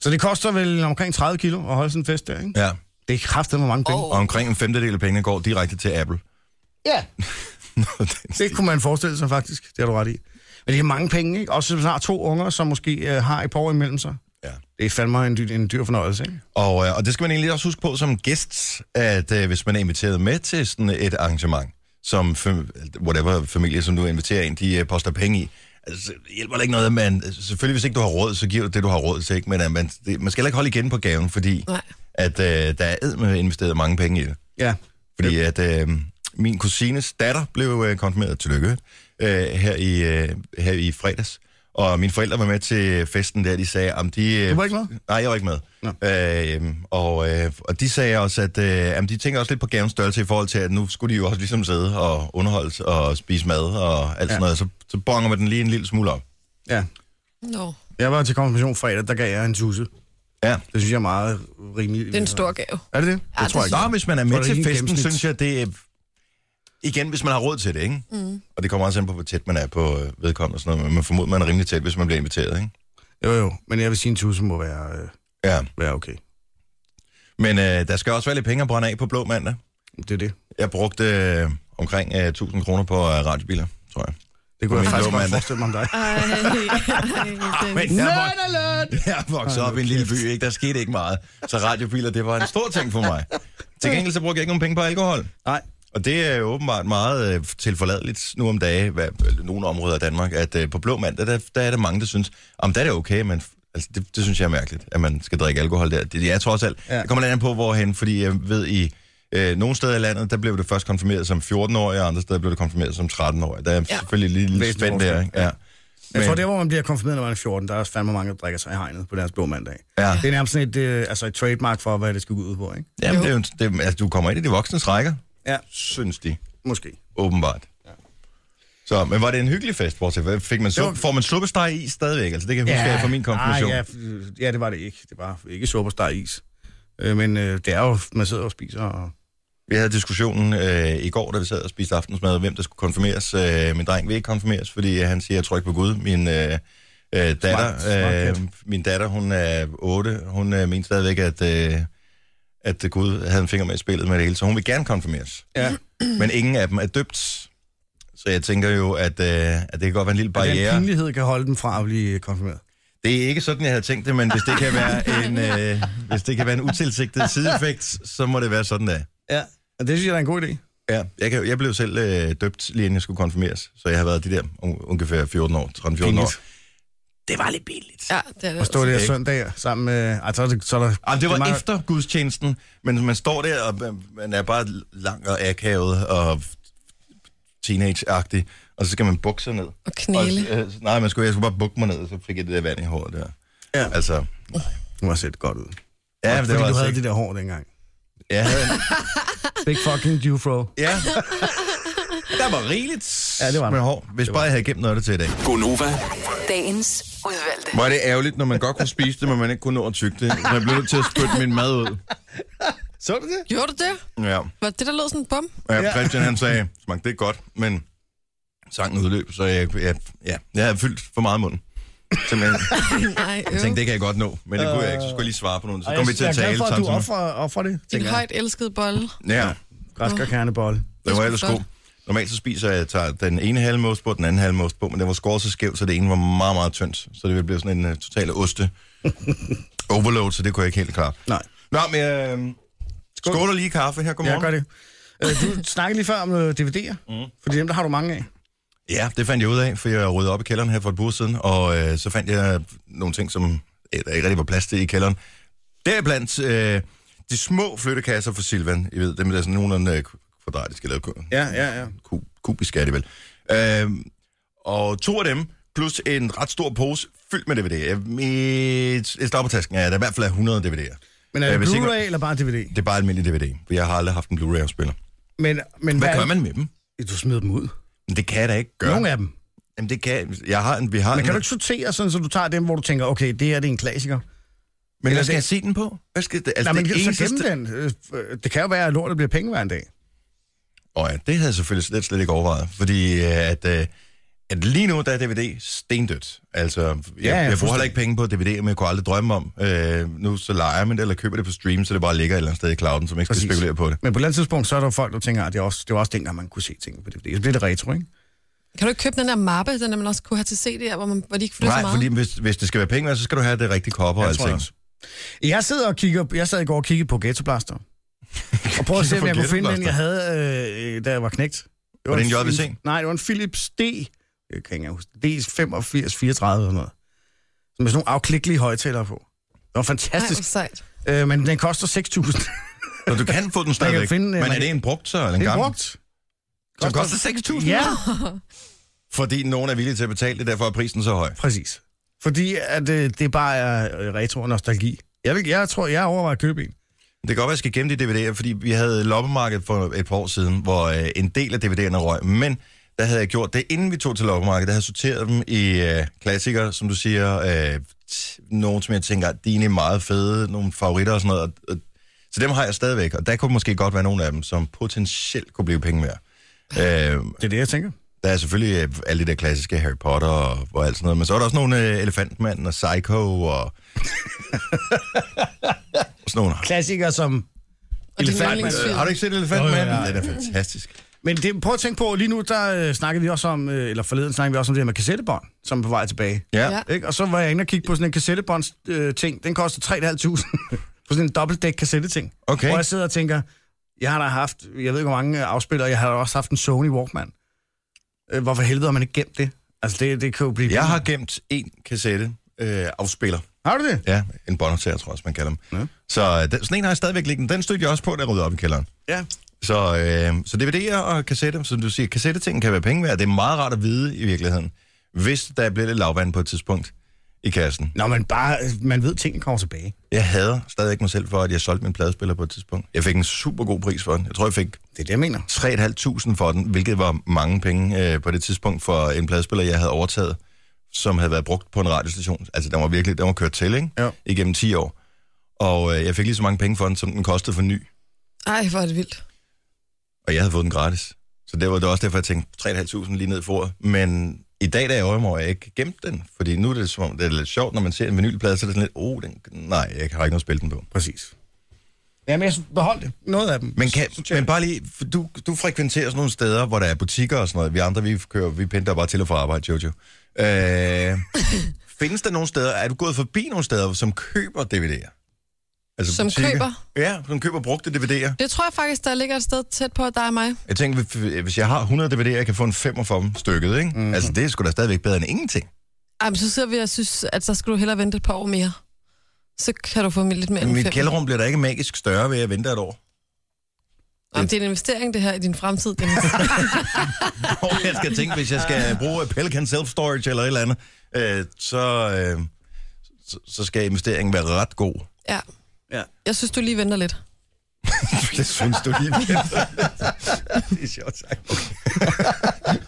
[SPEAKER 2] Så det koster vel omkring 30 kilo at holde sådan en fest der, ikke?
[SPEAKER 4] ja.
[SPEAKER 2] Det er kraftedeme mange penge.
[SPEAKER 4] Og omkring en femtedel af pengene går direkte til Apple.
[SPEAKER 2] Ja.
[SPEAKER 4] Nå, den-
[SPEAKER 2] Det kunne man forestille sig faktisk, det har du ret i. Men det er mange penge, ikke? Også hvis man har to unger, som måske øh, har et par år imellem sig.
[SPEAKER 4] ja.
[SPEAKER 2] Det er fandme en, dy- en dyr fornøjelse, ikke?
[SPEAKER 4] Og, øh, og det skal man egentlig også huske på som gæst, at øh, hvis man er inviteret med til sådan et arrangement, som fam- whatever familie, som du inviterer ind, de øh, poster penge i, altså, så hjælper det ikke noget, at man, selvfølgelig hvis ikke du har råd, så giver du det, du har råd til, ikke? men øh, man, det, man skal heller ikke holde igen på gaven, fordi
[SPEAKER 3] Nej.
[SPEAKER 4] at, øh, der er med investeret mange penge i det.
[SPEAKER 2] Ja.
[SPEAKER 4] Fordi at øh, min kusines datter blev øh, konfirmeret, tillykke, øh, her, i, øh, her i fredags. Og mine forældre var med til festen der, de sagde, om de... Øh,
[SPEAKER 2] Du var ikke med?
[SPEAKER 4] Nej, jeg var ikke med. Øh, og, øh, og de sagde også, at øh, jamen, de tænker også lidt på gavens størrelse i forhold til, at nu skulle de jo også ligesom sidde og underholdes og spise mad og alt ja. sådan noget. Så, så bonger man den lige en lille smule op.
[SPEAKER 2] Ja.
[SPEAKER 3] Nå,
[SPEAKER 2] Jeg var til konfirmation fredag, der gav jeg en tusse.
[SPEAKER 4] Ja.
[SPEAKER 2] Det synes jeg er meget rimeligt.
[SPEAKER 3] det er en stor gave.
[SPEAKER 2] Er det det?
[SPEAKER 3] Ja,
[SPEAKER 2] det tror jeg
[SPEAKER 3] det
[SPEAKER 2] ikke.
[SPEAKER 4] Nå, hvis man er
[SPEAKER 2] Tror
[SPEAKER 4] med
[SPEAKER 2] du,
[SPEAKER 4] til
[SPEAKER 2] det er
[SPEAKER 4] festen,
[SPEAKER 2] gennemsnit?
[SPEAKER 4] synes jeg, det er... Igen, hvis man har råd til det, ikke? Mm. Og det kommer også an på, hvor tæt man er på øh, vedkommende og sådan noget. Men man formoder, man er rimelig tæt, hvis man bliver inviteret, ikke?
[SPEAKER 2] Jo, jo. Men jeg vil sige, en tusse må være, øh,
[SPEAKER 4] Ja.
[SPEAKER 2] være okay.
[SPEAKER 4] Men øh, der skal også være lidt penge at brænde af på blå mandag.
[SPEAKER 2] Det er det.
[SPEAKER 4] Jeg brugte øh, omkring øh, 1000 kroner på øh, radiobiler, tror jeg.
[SPEAKER 2] Det kunne
[SPEAKER 4] Men
[SPEAKER 2] jeg
[SPEAKER 4] jo,
[SPEAKER 2] faktisk godt
[SPEAKER 4] mand.
[SPEAKER 2] forestille mig om dig.
[SPEAKER 3] Ej, ej,
[SPEAKER 4] Men
[SPEAKER 3] Dennis.
[SPEAKER 4] jeg vok- jeg voksede op i en lille by, ikke? Der skete ikke meget. Så radiobiler, det var en stor ting for mig. Til gengæld så brugte jeg ikke nogen penge på alkohol.
[SPEAKER 2] Nej.
[SPEAKER 4] Og det er jo åbenbart meget øh, tilforladeligt nu om dage, hvad, øh, nogle områder i Danmark, at øh, på blå mandag, der, der er der mange, der synes, om der er det okay, men f- altså, det, det synes jeg er mærkeligt, at man skal drikke alkohol der. Det, jeg tror selv, ja.
[SPEAKER 2] Ja.
[SPEAKER 4] det kommer lidt an på, hvorhen, fordi jeg ved i øh, nogle steder i landet, der blev det først konfirmeret som 14-årig, og andre steder blev det konfirmeret som 13-årig. Der er ja.
[SPEAKER 3] Ja.
[SPEAKER 4] selvfølgelig lige lidt
[SPEAKER 2] Væsentlig
[SPEAKER 4] spændt der,
[SPEAKER 2] forskel.
[SPEAKER 4] ikke? Ja.
[SPEAKER 2] Jeg
[SPEAKER 4] Men-
[SPEAKER 2] tror, der hvor man bliver konfirmeret, når man er 14, der er også fandme mange, der drikker sig i hegnet på deres blå mandag.
[SPEAKER 4] Ja.
[SPEAKER 2] Det er nærmest sådan et, øh, altså et trademark for, hvad det skal gå ud på, ikke?
[SPEAKER 4] Jamen, det er jo, en- det, altså, du kommer ind i de voksnes rækker,
[SPEAKER 2] Ja,
[SPEAKER 4] synes de,
[SPEAKER 2] måske.
[SPEAKER 4] åbenbart. Ja. Så, men var det en hyggelig fest, bortset? fra- Fik man
[SPEAKER 2] Det
[SPEAKER 4] sup,
[SPEAKER 2] var-
[SPEAKER 4] Får man suppesteg i stadigvæk? Altså, det kan jeg huske ja. fra min konfirmation.
[SPEAKER 2] Ej, ja, f- ja, det var det ikke. Det var ikke superstar is. Øh, men øh, det er jo, man sidder og spiser. Og...
[SPEAKER 4] Vi havde diskussionen øh, i går, da vi sad og spiste aftensmad, hvem der skulle konfirmeres. Øh, min dreng vil ikke konfirmeres, fordi øh, han siger, jeg tror ikke på Gud. Min, øh, øh, datter,
[SPEAKER 2] smart
[SPEAKER 4] øh,
[SPEAKER 2] kat.
[SPEAKER 4] min datter, hun er 8. Hun øh, mente stadigvæk, at, øh, at Gud havde en finger med i spillet med det hele, så hun vil gerne konfirmeres.
[SPEAKER 2] Ja.
[SPEAKER 4] Men ingen af dem er døbt. Så jeg tænker jo, at, øh, at det kan godt være en lille
[SPEAKER 2] Den
[SPEAKER 4] barriere.
[SPEAKER 2] pinlighed kan holde dem fra at blive konfirmeret.
[SPEAKER 4] Det er ikke sådan, jeg havde tænkt det, men hvis det kan være en, øh, hvis det kan være en utilsigtet sideeffekt, så må det være sådan, der.
[SPEAKER 2] Ja. Og det synes jeg er en god idé.
[SPEAKER 4] Ja, jeg, kan, jeg blev selv øh, døbt, lige inden jeg skulle konfirmeres, så jeg har været de der un- ungefær 14 år, 13-14 år.
[SPEAKER 2] Pinligt.
[SPEAKER 4] Det var lidt billigt.
[SPEAKER 3] Ja, det er det.
[SPEAKER 2] At stå der
[SPEAKER 4] ikke.
[SPEAKER 2] søndag sammen med... Ej, så er det, så er der,
[SPEAKER 4] Jamen, det var
[SPEAKER 2] er
[SPEAKER 4] det
[SPEAKER 2] meget-
[SPEAKER 4] efter gudstjenesten, men man står der, og man- man er bare lang og akavet og teenage-agtig, og så skal man bukke sig ned.
[SPEAKER 3] Og knæle.
[SPEAKER 4] Og, øh, nej, man skulle, jeg skulle bare bukke mig ned, og så fik jeg det der vand i håret der.
[SPEAKER 2] Ja.
[SPEAKER 4] Altså,
[SPEAKER 2] Du har set godt ud.
[SPEAKER 4] ja,
[SPEAKER 2] Fordi
[SPEAKER 4] det var
[SPEAKER 2] du
[SPEAKER 4] altså
[SPEAKER 2] havde
[SPEAKER 4] ikke-
[SPEAKER 2] det der hår dengang.
[SPEAKER 4] Jeg havde en,
[SPEAKER 2] Big fucking Jufro.
[SPEAKER 4] ja. Der var rigeligt
[SPEAKER 2] Ja, det var der.
[SPEAKER 4] med hår, hvis bare jeg havde gemt noget af det til i dag.
[SPEAKER 7] Gonova,
[SPEAKER 5] Dagens udvalgte.
[SPEAKER 8] Var det ærgerligt, når man godt kunne spise det, men man ikke kunne nå at tygge det. Så jeg blev nødt til at spytte min mad ud.
[SPEAKER 2] Så du det?
[SPEAKER 3] Gjorde du det?
[SPEAKER 8] Ja.
[SPEAKER 3] Var det, der lød sådan en bum?
[SPEAKER 8] Og ja. Christian han sagde, smagte det godt, men
[SPEAKER 4] sangen udløb, så jeg, jeg, ja, jeg havde fyldt for meget munden. Simpelthen.
[SPEAKER 3] Nej,
[SPEAKER 4] Jeg tænkte, det kan jeg godt nå, men det kunne jeg ikke. Så skulle jeg lige svare på nogen. Så kom vi til at
[SPEAKER 2] Jeg er
[SPEAKER 4] tale
[SPEAKER 2] glad for, at du
[SPEAKER 4] samtidig.
[SPEAKER 2] offrer, offrer det.
[SPEAKER 3] Din højt elskede bolle.
[SPEAKER 4] Ja,
[SPEAKER 2] Græsker kernebolle.
[SPEAKER 4] det var
[SPEAKER 3] sgu
[SPEAKER 4] ellers
[SPEAKER 3] flot.
[SPEAKER 4] god. Normalt så spiser jeg, jeg tager den ene halve ost på, og den anden halve ost på, men den var skåret så skævt, så det ene var meget, meget tyndt. Så det blev sådan en uh, total oste overload, så det kunne jeg ikke helt klare.
[SPEAKER 2] Nej.
[SPEAKER 4] Nå, men øh, skål. skål og lige kaffe her,
[SPEAKER 2] Jeg
[SPEAKER 4] godmorgen.
[SPEAKER 2] gør det. Øh, Du snakkede lige før om øh, DVD'er, mm. fordi dem der har du mange af.
[SPEAKER 4] Ja, det fandt jeg ud af, for jeg rydde op i kælderen her for et par uger siden, og øh, så fandt jeg nogle ting, som øh, der ikke rigtig var plads til i kælderen. Deriblandt øh, de små flyttekasser for Silvan. I ved, dem der er sådan nogenlunde øh, kvadratiske, eller ku-
[SPEAKER 2] Ja, ja, ja.
[SPEAKER 4] ku- kubiske er de vel. Øh, og to af dem, plus en ret stor pose fyldt med DVD'er. Et, et stoppertasken er der i hvert fald er 100 DVD'er.
[SPEAKER 2] Men er
[SPEAKER 4] Jeg
[SPEAKER 2] det
[SPEAKER 4] vil sikkert-
[SPEAKER 2] Blu-ray eller bare DVD?
[SPEAKER 4] Det er bare almindelig DVD, for jeg har aldrig haft en Blu-ray-afspiller.
[SPEAKER 2] Men, men
[SPEAKER 4] Hvad gør man med dem?
[SPEAKER 2] Du smider dem ud.
[SPEAKER 4] Men Det kan jeg da ikke gøre.
[SPEAKER 2] Nogle af dem.
[SPEAKER 4] Jamen, det kan jeg. Har en, vi har
[SPEAKER 2] Men
[SPEAKER 4] en,
[SPEAKER 2] kan du ikke sortere sådan, så du tager dem, hvor du tænker, okay, det her det er en klassiker?
[SPEAKER 4] Men
[SPEAKER 2] Eller
[SPEAKER 4] hvad skal
[SPEAKER 2] det-
[SPEAKER 4] jeg se den på? Hvad skal det, altså,
[SPEAKER 2] Nej, men
[SPEAKER 4] det
[SPEAKER 2] så gem den. Øh, øh, Det kan jo være, at lortet bliver penge hver en dag.
[SPEAKER 4] Åh ja, det havde jeg selvfølgelig slet, slet ikke overvejet, fordi øh, at, øh, at lige nu, der er DVD stendødt. Altså, jeg,
[SPEAKER 2] ja,
[SPEAKER 4] ja, jeg, jeg bruger heller
[SPEAKER 2] fuldstændig.
[SPEAKER 4] ikke penge på DVD, men jeg kunne aldrig drømme om. Øh, nu så leger man det, eller køber det på stream, så det bare ligger et eller andet sted i clouden, så man ikke skal
[SPEAKER 2] Præcis.
[SPEAKER 4] spekulere på det.
[SPEAKER 2] Men på et eller andet tidspunkt, så er der jo folk, der tænker, at det, er også, det var også dengang, man kunne se ting på DVD. Så bliver det retro, ikke?
[SPEAKER 3] Kan du ikke købe den der mappe, den der man også kunne have til CD'er, hvor, man, hvor de ikke flytter så
[SPEAKER 4] Nej,
[SPEAKER 3] meget?
[SPEAKER 4] fordi hvis, hvis det skal være penge, værd, så skal du have det rigtige kopper og
[SPEAKER 2] Jeg tror
[SPEAKER 4] alting.
[SPEAKER 2] også. Jeg sidder og kigger, jeg sad i går og kiggede på Ghetto Blaster. Og prøvede at
[SPEAKER 4] Kigger
[SPEAKER 2] se, om
[SPEAKER 4] på
[SPEAKER 2] jeg kunne finde den,
[SPEAKER 4] Ghettoblaster?
[SPEAKER 2] jeg havde, øh, da jeg var knægt. Det
[SPEAKER 4] Var det en
[SPEAKER 2] Philips-
[SPEAKER 4] JVC?
[SPEAKER 2] Nej, det var en Philips D. Jeg kan ikke engang huske. D8534 eller noget. Som er sådan nogle afklikkelige højtalere på. Det var
[SPEAKER 3] Nej,
[SPEAKER 2] fantastisk.
[SPEAKER 3] hvor sejt.
[SPEAKER 2] Øh, men den koster 6.000.
[SPEAKER 4] Så du kan få den stadigvæk.
[SPEAKER 2] finde, øh,
[SPEAKER 4] men er
[SPEAKER 2] man-
[SPEAKER 4] det en brugt så, eller en
[SPEAKER 2] Det er
[SPEAKER 4] gammel?
[SPEAKER 2] brugt.
[SPEAKER 4] Som koster 6.000?
[SPEAKER 2] Ja,
[SPEAKER 4] Fordi nogen er villige til at betale det, derfor er prisen så høj.
[SPEAKER 2] præcis. Fordi at, øh, det bare er øh, retro og nostalgi. Jeg, vil, jeg tror, jeg overvejer at købe en.
[SPEAKER 4] Det kan godt være, at jeg skal gemme de DVD'er, fordi vi havde loppemarkedet for et par år siden, hvor øh, en del af DVD'erne røg, men der havde jeg gjort det, inden vi tog til loppemarkedet, der havde jeg sorteret dem i øh, klassikere, som du siger, øh, t- nogle som jeg tænker, at de er meget fede, nogle favoritter og sådan noget, og, og, så dem har jeg stadigvæk, og der kunne måske godt være nogle af dem, som potentielt kunne blive penge værd. Øh,
[SPEAKER 2] Det er det, jeg tænker.
[SPEAKER 4] der er selvfølgelig øh, alle de der klassiske Harry Potter og, og alt sådan noget, men så er der også nogle øh, Elefantmanden og Psycho og... og sådan nogle
[SPEAKER 2] Klassikere som...
[SPEAKER 3] Og din
[SPEAKER 2] Elefant-
[SPEAKER 3] yndlingsfilm.
[SPEAKER 4] har du ikke set Elefantmanden?
[SPEAKER 2] Jo, jo, jo, jo.
[SPEAKER 4] Den er fantastisk.
[SPEAKER 2] Men det, prøv at tænke på, lige nu, der øh, snakkede vi også om, øh, eller forleden snakkede vi også om det her med kassettebånd, som er på vej tilbage.
[SPEAKER 4] Ja.
[SPEAKER 3] Ja.
[SPEAKER 4] ja.
[SPEAKER 2] Ikke? Og så var jeg inde og kigge på sådan en kassettebånds-ting. Øh, ting. den koster 3.500 på sådan en dobbeltdæk kassetteting.
[SPEAKER 4] Okay.
[SPEAKER 2] Hvor jeg sidder og tænker, jeg har da haft, jeg ved ikke hvor mange øh, afspillere, jeg har da også haft en Sony Walkman. Øh, hvorfor helvede har man ikke gemt det? Altså, det, det kan jo blive...
[SPEAKER 4] Jeg har gemt en kassette øh, afspiller.
[SPEAKER 2] Har du det?
[SPEAKER 4] Ja, en båndoptager, tror jeg også, man kalder dem.
[SPEAKER 2] Ja.
[SPEAKER 4] Ja. Så øh, den, sådan en har jeg stadigvæk liggende. Den stødte jeg også på, da jeg ryddede op i kælderen.
[SPEAKER 2] Ja.
[SPEAKER 4] Så, øh, så DVD'er og kassetter, som du siger, kassettetingen kan være penge værd. Det er meget rart at vide i virkeligheden, hvis der bliver lidt lavvand på et tidspunkt i kassen.
[SPEAKER 2] Nå, men bare, øh, man ved, at tingene kommer tilbage.
[SPEAKER 4] Jeg hader stadigvæk mig selv for, at jeg solgte min pladespiller på et tidspunkt. Jeg fik en super god pris for den. Jeg tror, jeg fik
[SPEAKER 2] Det er det, jeg mener.
[SPEAKER 4] 3.500 for den, hvilket var mange penge øh, på det tidspunkt for en pladespiller, jeg havde overtaget, som havde været brugt på en radiostation. Altså, den var virkelig, den var kørt til, ikke?
[SPEAKER 2] Ja.
[SPEAKER 4] Igennem 10 år. Og øh, jeg fik lige så mange penge for den, som den kostede for ny.
[SPEAKER 3] Ej, hvor er det vildt.
[SPEAKER 4] Og jeg havde fået den gratis. Så det var det var også derfor, jeg tænkte 3.500 lige ned for. året. Men i dag, da jeg overmår, jeg ikke gemt den. Fordi nu er det, som om, det er lidt sjovt, når man ser en vinylplade, så er det sådan lidt, oh, den, nej, jeg har ikke noget at spille den på.
[SPEAKER 2] Præcis. Jamen, jeg beholdt det. Noget af dem.
[SPEAKER 4] Men, kan, men bare lige, for du, du frekventerer sådan nogle steder, hvor der er butikker og sådan noget. Vi andre, vi kører, vi pendler bare til og fra arbejde, Jojo. Øh, findes der nogle steder, er du gået forbi nogle steder, som køber DVD'er? Altså
[SPEAKER 3] Som køber?
[SPEAKER 4] Ja, som køber brugte DVD'er.
[SPEAKER 3] Det tror jeg faktisk, der ligger et sted tæt på dig og mig.
[SPEAKER 4] Jeg tænker, hvis- hvis jeg har 100 DVD'er, jeg kan få en femmer for dem stykket, ikke? Mm-hmm. Altså, det er sgu da stadigvæk bedre end ingenting.
[SPEAKER 3] Ej, men så sidder vi og synes, at så skal du hellere vente et par år mere. Så kan du få lidt mere
[SPEAKER 4] Men
[SPEAKER 3] end
[SPEAKER 4] mit
[SPEAKER 3] fem.
[SPEAKER 4] kælderrum bliver da ikke magisk større ved at vente et år.
[SPEAKER 3] Om det er en investering, det her, i din fremtid. Dennis.
[SPEAKER 4] Og jeg skal tænke, hvis jeg skal bruge Pelican Self Storage eller et eller andet, øh, så, øh, så, så skal investeringen være ret god.
[SPEAKER 3] ja.
[SPEAKER 2] Ja.
[SPEAKER 3] Jeg synes, du lige venter lidt.
[SPEAKER 4] Det synes du lige Det er sjovt sagt.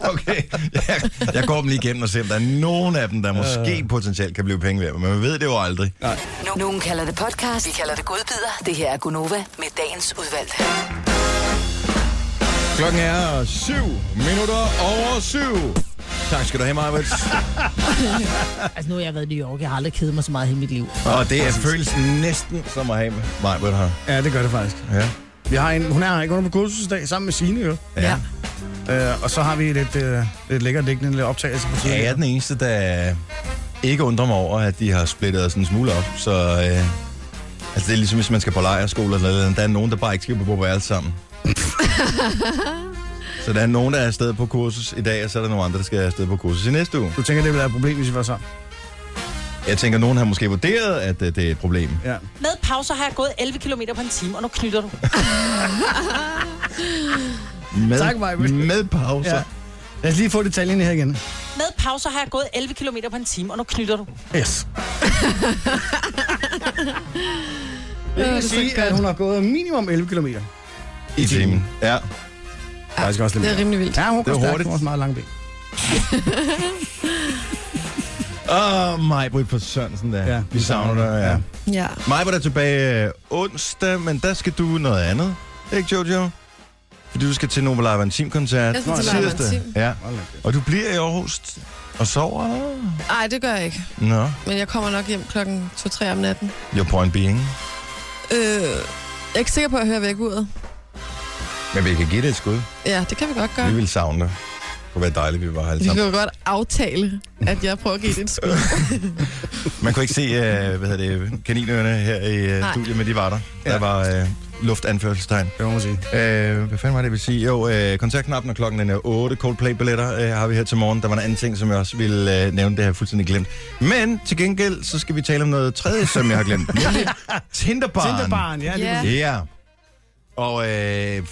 [SPEAKER 4] Okay, okay. Jeg, jeg går dem lige igennem og ser, om der er nogen af dem, der måske potentielt kan blive penge værd. Men man ved det jo aldrig.
[SPEAKER 5] No- Nogen kalder det podcast, vi kalder det godbider. Det her er Gunova med dagens udvalgte.
[SPEAKER 4] Klokken er 7 minutter over 7. Tak skal du have, Marvitt.
[SPEAKER 9] Altså, nu har jeg været i New York. Jeg har aldrig kedet mig så meget i hele mit liv.
[SPEAKER 4] Og det er føles næsten som at have Marvitt her.
[SPEAKER 2] Ja, det gør det faktisk.
[SPEAKER 4] Ja.
[SPEAKER 2] Vi har en, hun er her ikke under på kursusdag sammen med Signe, jo.
[SPEAKER 3] Ja.
[SPEAKER 2] Øh, og så har vi lidt, øh, lidt lækkert liggende lidt optagelse på
[SPEAKER 4] Jeg er
[SPEAKER 2] tiden.
[SPEAKER 4] den eneste, der ikke undrer mig over, at de har splittet os en smule op. Så øh, altså, det er ligesom, hvis man skal på lejerskole eller noget. Der er nogen, der bare ikke skal bo på værelse sammen. Så der er nogen, der er afsted på kursus i dag, og så er der nogle andre, der skal afsted på kursus i næste uge.
[SPEAKER 2] Du tænker, det ville være et problem, hvis vi var sammen?
[SPEAKER 4] Jeg tænker, nogen har måske vurderet, at øh, det er et problem.
[SPEAKER 2] Ja.
[SPEAKER 9] Med pauser har jeg gået 11 km på en time, og nu knytter du.
[SPEAKER 4] Med,
[SPEAKER 2] Tak, Maja.
[SPEAKER 4] med pauser.
[SPEAKER 2] ja. Lad os lige få detaljen her igen.
[SPEAKER 9] Med pauser har jeg gået 11 km på en time, og nu knytter du.
[SPEAKER 2] Yes. det vil sige, at hun har gået minimum 11 km. Det
[SPEAKER 4] I timen. Ja.
[SPEAKER 2] er også lidt
[SPEAKER 3] Det er
[SPEAKER 2] mere.
[SPEAKER 3] rimelig vildt.
[SPEAKER 2] Ja, hun
[SPEAKER 4] Det
[SPEAKER 2] går
[SPEAKER 4] er
[SPEAKER 2] stærkt.
[SPEAKER 4] hurtigt.
[SPEAKER 2] Hun har også meget lange ben.
[SPEAKER 4] Åh, oh, Majbrit på Sørensen der.
[SPEAKER 2] Ja.
[SPEAKER 4] Vi savner dig, ja.
[SPEAKER 3] Ja.
[SPEAKER 4] Majbrit er tilbage øh, onsdag, men der skal du noget andet. Ikke, Jojo? Fordi du skal til Nova Live Intim-koncert.
[SPEAKER 3] Jeg skal til Live Intim.
[SPEAKER 4] Ja.
[SPEAKER 2] Hold da kæft.
[SPEAKER 4] Og du bliver i Aarhus og sover, eller?
[SPEAKER 3] Ej, det gør jeg ikke.
[SPEAKER 4] Nå,
[SPEAKER 3] Men jeg kommer nok hjem klokken 2-3 om natten.
[SPEAKER 4] your point being.
[SPEAKER 3] Øh, jeg er ikke sikker på, at jeg hører væk uret.
[SPEAKER 4] Men vi kan give det et skud.
[SPEAKER 3] Ja, det kan vi godt gøre.
[SPEAKER 4] Vi vil savne dig. Det kunne være dejligt, vi var her alle
[SPEAKER 3] Vi kan
[SPEAKER 4] sammen.
[SPEAKER 3] jo godt aftale, at jeg prøver at give det et skud.
[SPEAKER 4] Man kunne ikke se, øh, hvad hedder det, kaninørerne her i øh,
[SPEAKER 3] Nej.
[SPEAKER 4] studiet, men de var der. Der
[SPEAKER 2] Ja.
[SPEAKER 4] var øh, luftanførselstegn.
[SPEAKER 2] Det må man sige.
[SPEAKER 4] Øh, hvad fanden var det, jeg ville sige? Jo, øh, kontaktknappen er klokken den er 8. Coldplay-billetter øh, har vi her til morgen. Der var en anden ting, som jeg også ville øh, nævne. Det har jeg fuldstændig glemt. Men til gengæld, så skal vi tale om noget tredje, som jeg har glemt. Nemlig Tinderbaren.
[SPEAKER 2] Tinderbarn, ja.
[SPEAKER 3] Ja.
[SPEAKER 2] Yeah.
[SPEAKER 4] Ja. Og øh,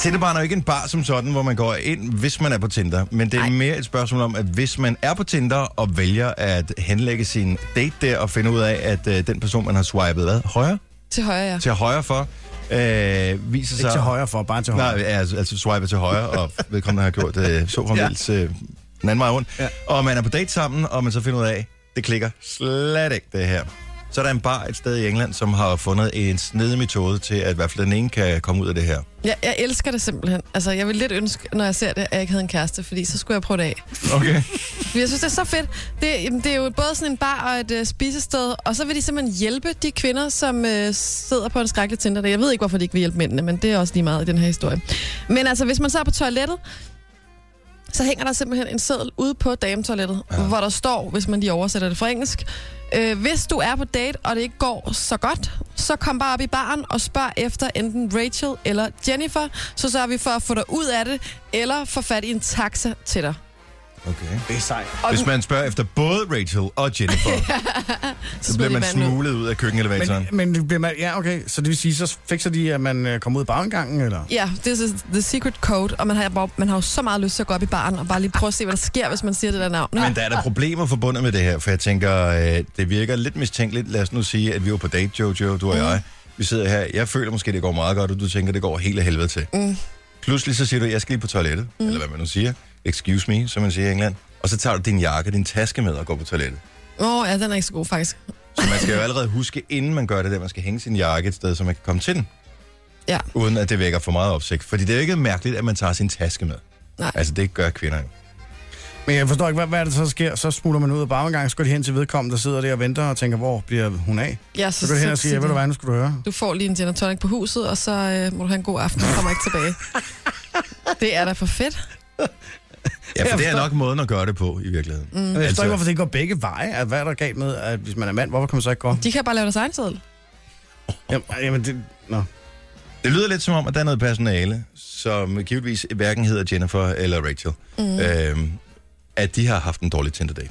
[SPEAKER 4] Tinderbaren er jo ikke en bar som sådan, hvor man går ind, hvis man er på Tinder. Men det er Ej. mere et spørgsmål om, at hvis man er på Tinder og vælger at henlægge sin date der og finde ud af, at øh, den person, man har swipet hvad? højre
[SPEAKER 3] Til højre, ja.
[SPEAKER 4] til højre for, øh, viser sig...
[SPEAKER 2] Ikke til højre for, bare til højre.
[SPEAKER 4] Nej, altså, altså swipe til højre, og vedkommende har gjort øh, så fremdeles ja. øh, den anden vej rundt. Ja.
[SPEAKER 2] Ja.
[SPEAKER 4] Og man er på date sammen, og man så finder ud af, det klikker slet ikke det her. Så er der en bar et sted i England, som har fundet en snedig metode til, at i hvert fald den ene kan komme ud af det her.
[SPEAKER 3] Jeg, jeg elsker det simpelthen. Altså, jeg vil lidt ønske, når jeg ser det, at jeg ikke havde en kæreste, fordi så skulle jeg prøve det af.
[SPEAKER 4] Okay.
[SPEAKER 3] Men Jeg synes, det er så fedt. Det, jamen, det er jo både sådan en bar og et øh, spisested, og så vil de simpelthen hjælpe de kvinder, som øh, sidder på en skrækkelig Tinder. Jeg ved ikke, hvorfor de ikke vil hjælpe mændene, men det er også lige meget i den her historie. Men altså, hvis man så er på toilettet, så hænger der simpelthen en seddel ude på dametoilettet, ja. hvor der står, hvis man lige oversætter det fra engelsk, øh, hvis du er på date, og det ikke går så godt, så kom bare op i baren og spørg efter enten Rachel eller Jennifer, så sørger vi for at få dig ud af det, eller få fat i en taxa til dig.
[SPEAKER 4] okay.
[SPEAKER 2] Det er sejt.
[SPEAKER 3] Og
[SPEAKER 4] Hvis man spørger efter både Rachel og Jennifer, så bliver
[SPEAKER 3] smider de
[SPEAKER 4] man
[SPEAKER 3] manden ud.
[SPEAKER 4] smuglet ud af køkkenelevatoren.
[SPEAKER 2] Men, men det bliver man, ja, okay. Så det vil sige, så fikser de, at man øh, kommer ud af baggangen, eller?
[SPEAKER 3] Ja, det er The Secret Code, og man har, bare- man har jo så meget lyst til at gå op i baren og bare lige prøve at se, hvad der sker, hvis man siger det der navn. ikke?
[SPEAKER 4] Men der er der problemer forbundet med det her, for jeg tænker, øh, det virker lidt mistænkeligt. Lad os nu sige, at vi var på date, Jojo, du og jeg. Vi sidder her, jeg føler måske, det går meget godt, og du tænker, det går helt af helvede til. Mm. Pludselig så siger du, jeg skal lige på toilettet, mm. eller hvad man nu siger. Excuse me, som man siger i England. Og så tager du din jakke, din taske med og går på toilettet.
[SPEAKER 3] Åh, oh, ja, den er ikke så god, faktisk.
[SPEAKER 4] Så man skal jo allerede huske, inden man gør det der, man skal hænge sin jakke et sted, så man kan komme til den.
[SPEAKER 3] Ja.
[SPEAKER 4] Uden at det vækker for meget opsigt. Fordi det er jo ikke mærkeligt, at man tager sin taske med.
[SPEAKER 3] Nej.
[SPEAKER 4] Altså, det gør kvinder jo.
[SPEAKER 2] Men jeg forstår ikke, hvad, hvad er det så der sker? Så smutter man ud af baggangen, så går de hen til vedkommende, der sidder der og venter og tænker, hvor bliver hun af?
[SPEAKER 3] Ja,
[SPEAKER 2] Så går de hen og siger, ved du hvad, nu skal du høre.
[SPEAKER 3] du får lige en gin and tonic på huset, og så øh, må du have en god aften og kommer ikke tilbage. det er da for fedt.
[SPEAKER 4] Ja, for
[SPEAKER 2] Jeg
[SPEAKER 4] det er
[SPEAKER 2] forstår-
[SPEAKER 4] nok måden at gøre det på, i virkeligheden. Mm.
[SPEAKER 2] Jeg forstår
[SPEAKER 4] Altså-
[SPEAKER 2] altså... ikke, hvorfor det går begge veje. At hvad er der galt med, at hvis man er mand, hvorfor kan man så ikke gå?
[SPEAKER 3] De kan bare lave deres egen seddel.
[SPEAKER 2] Jamen, jamen det... Nå.
[SPEAKER 4] Det lyder lidt som om, at der er noget personale, som givetvis hverken hedder Jennifer eller Rachel, mm. øhm, at de har haft en dårlig Tinder-date.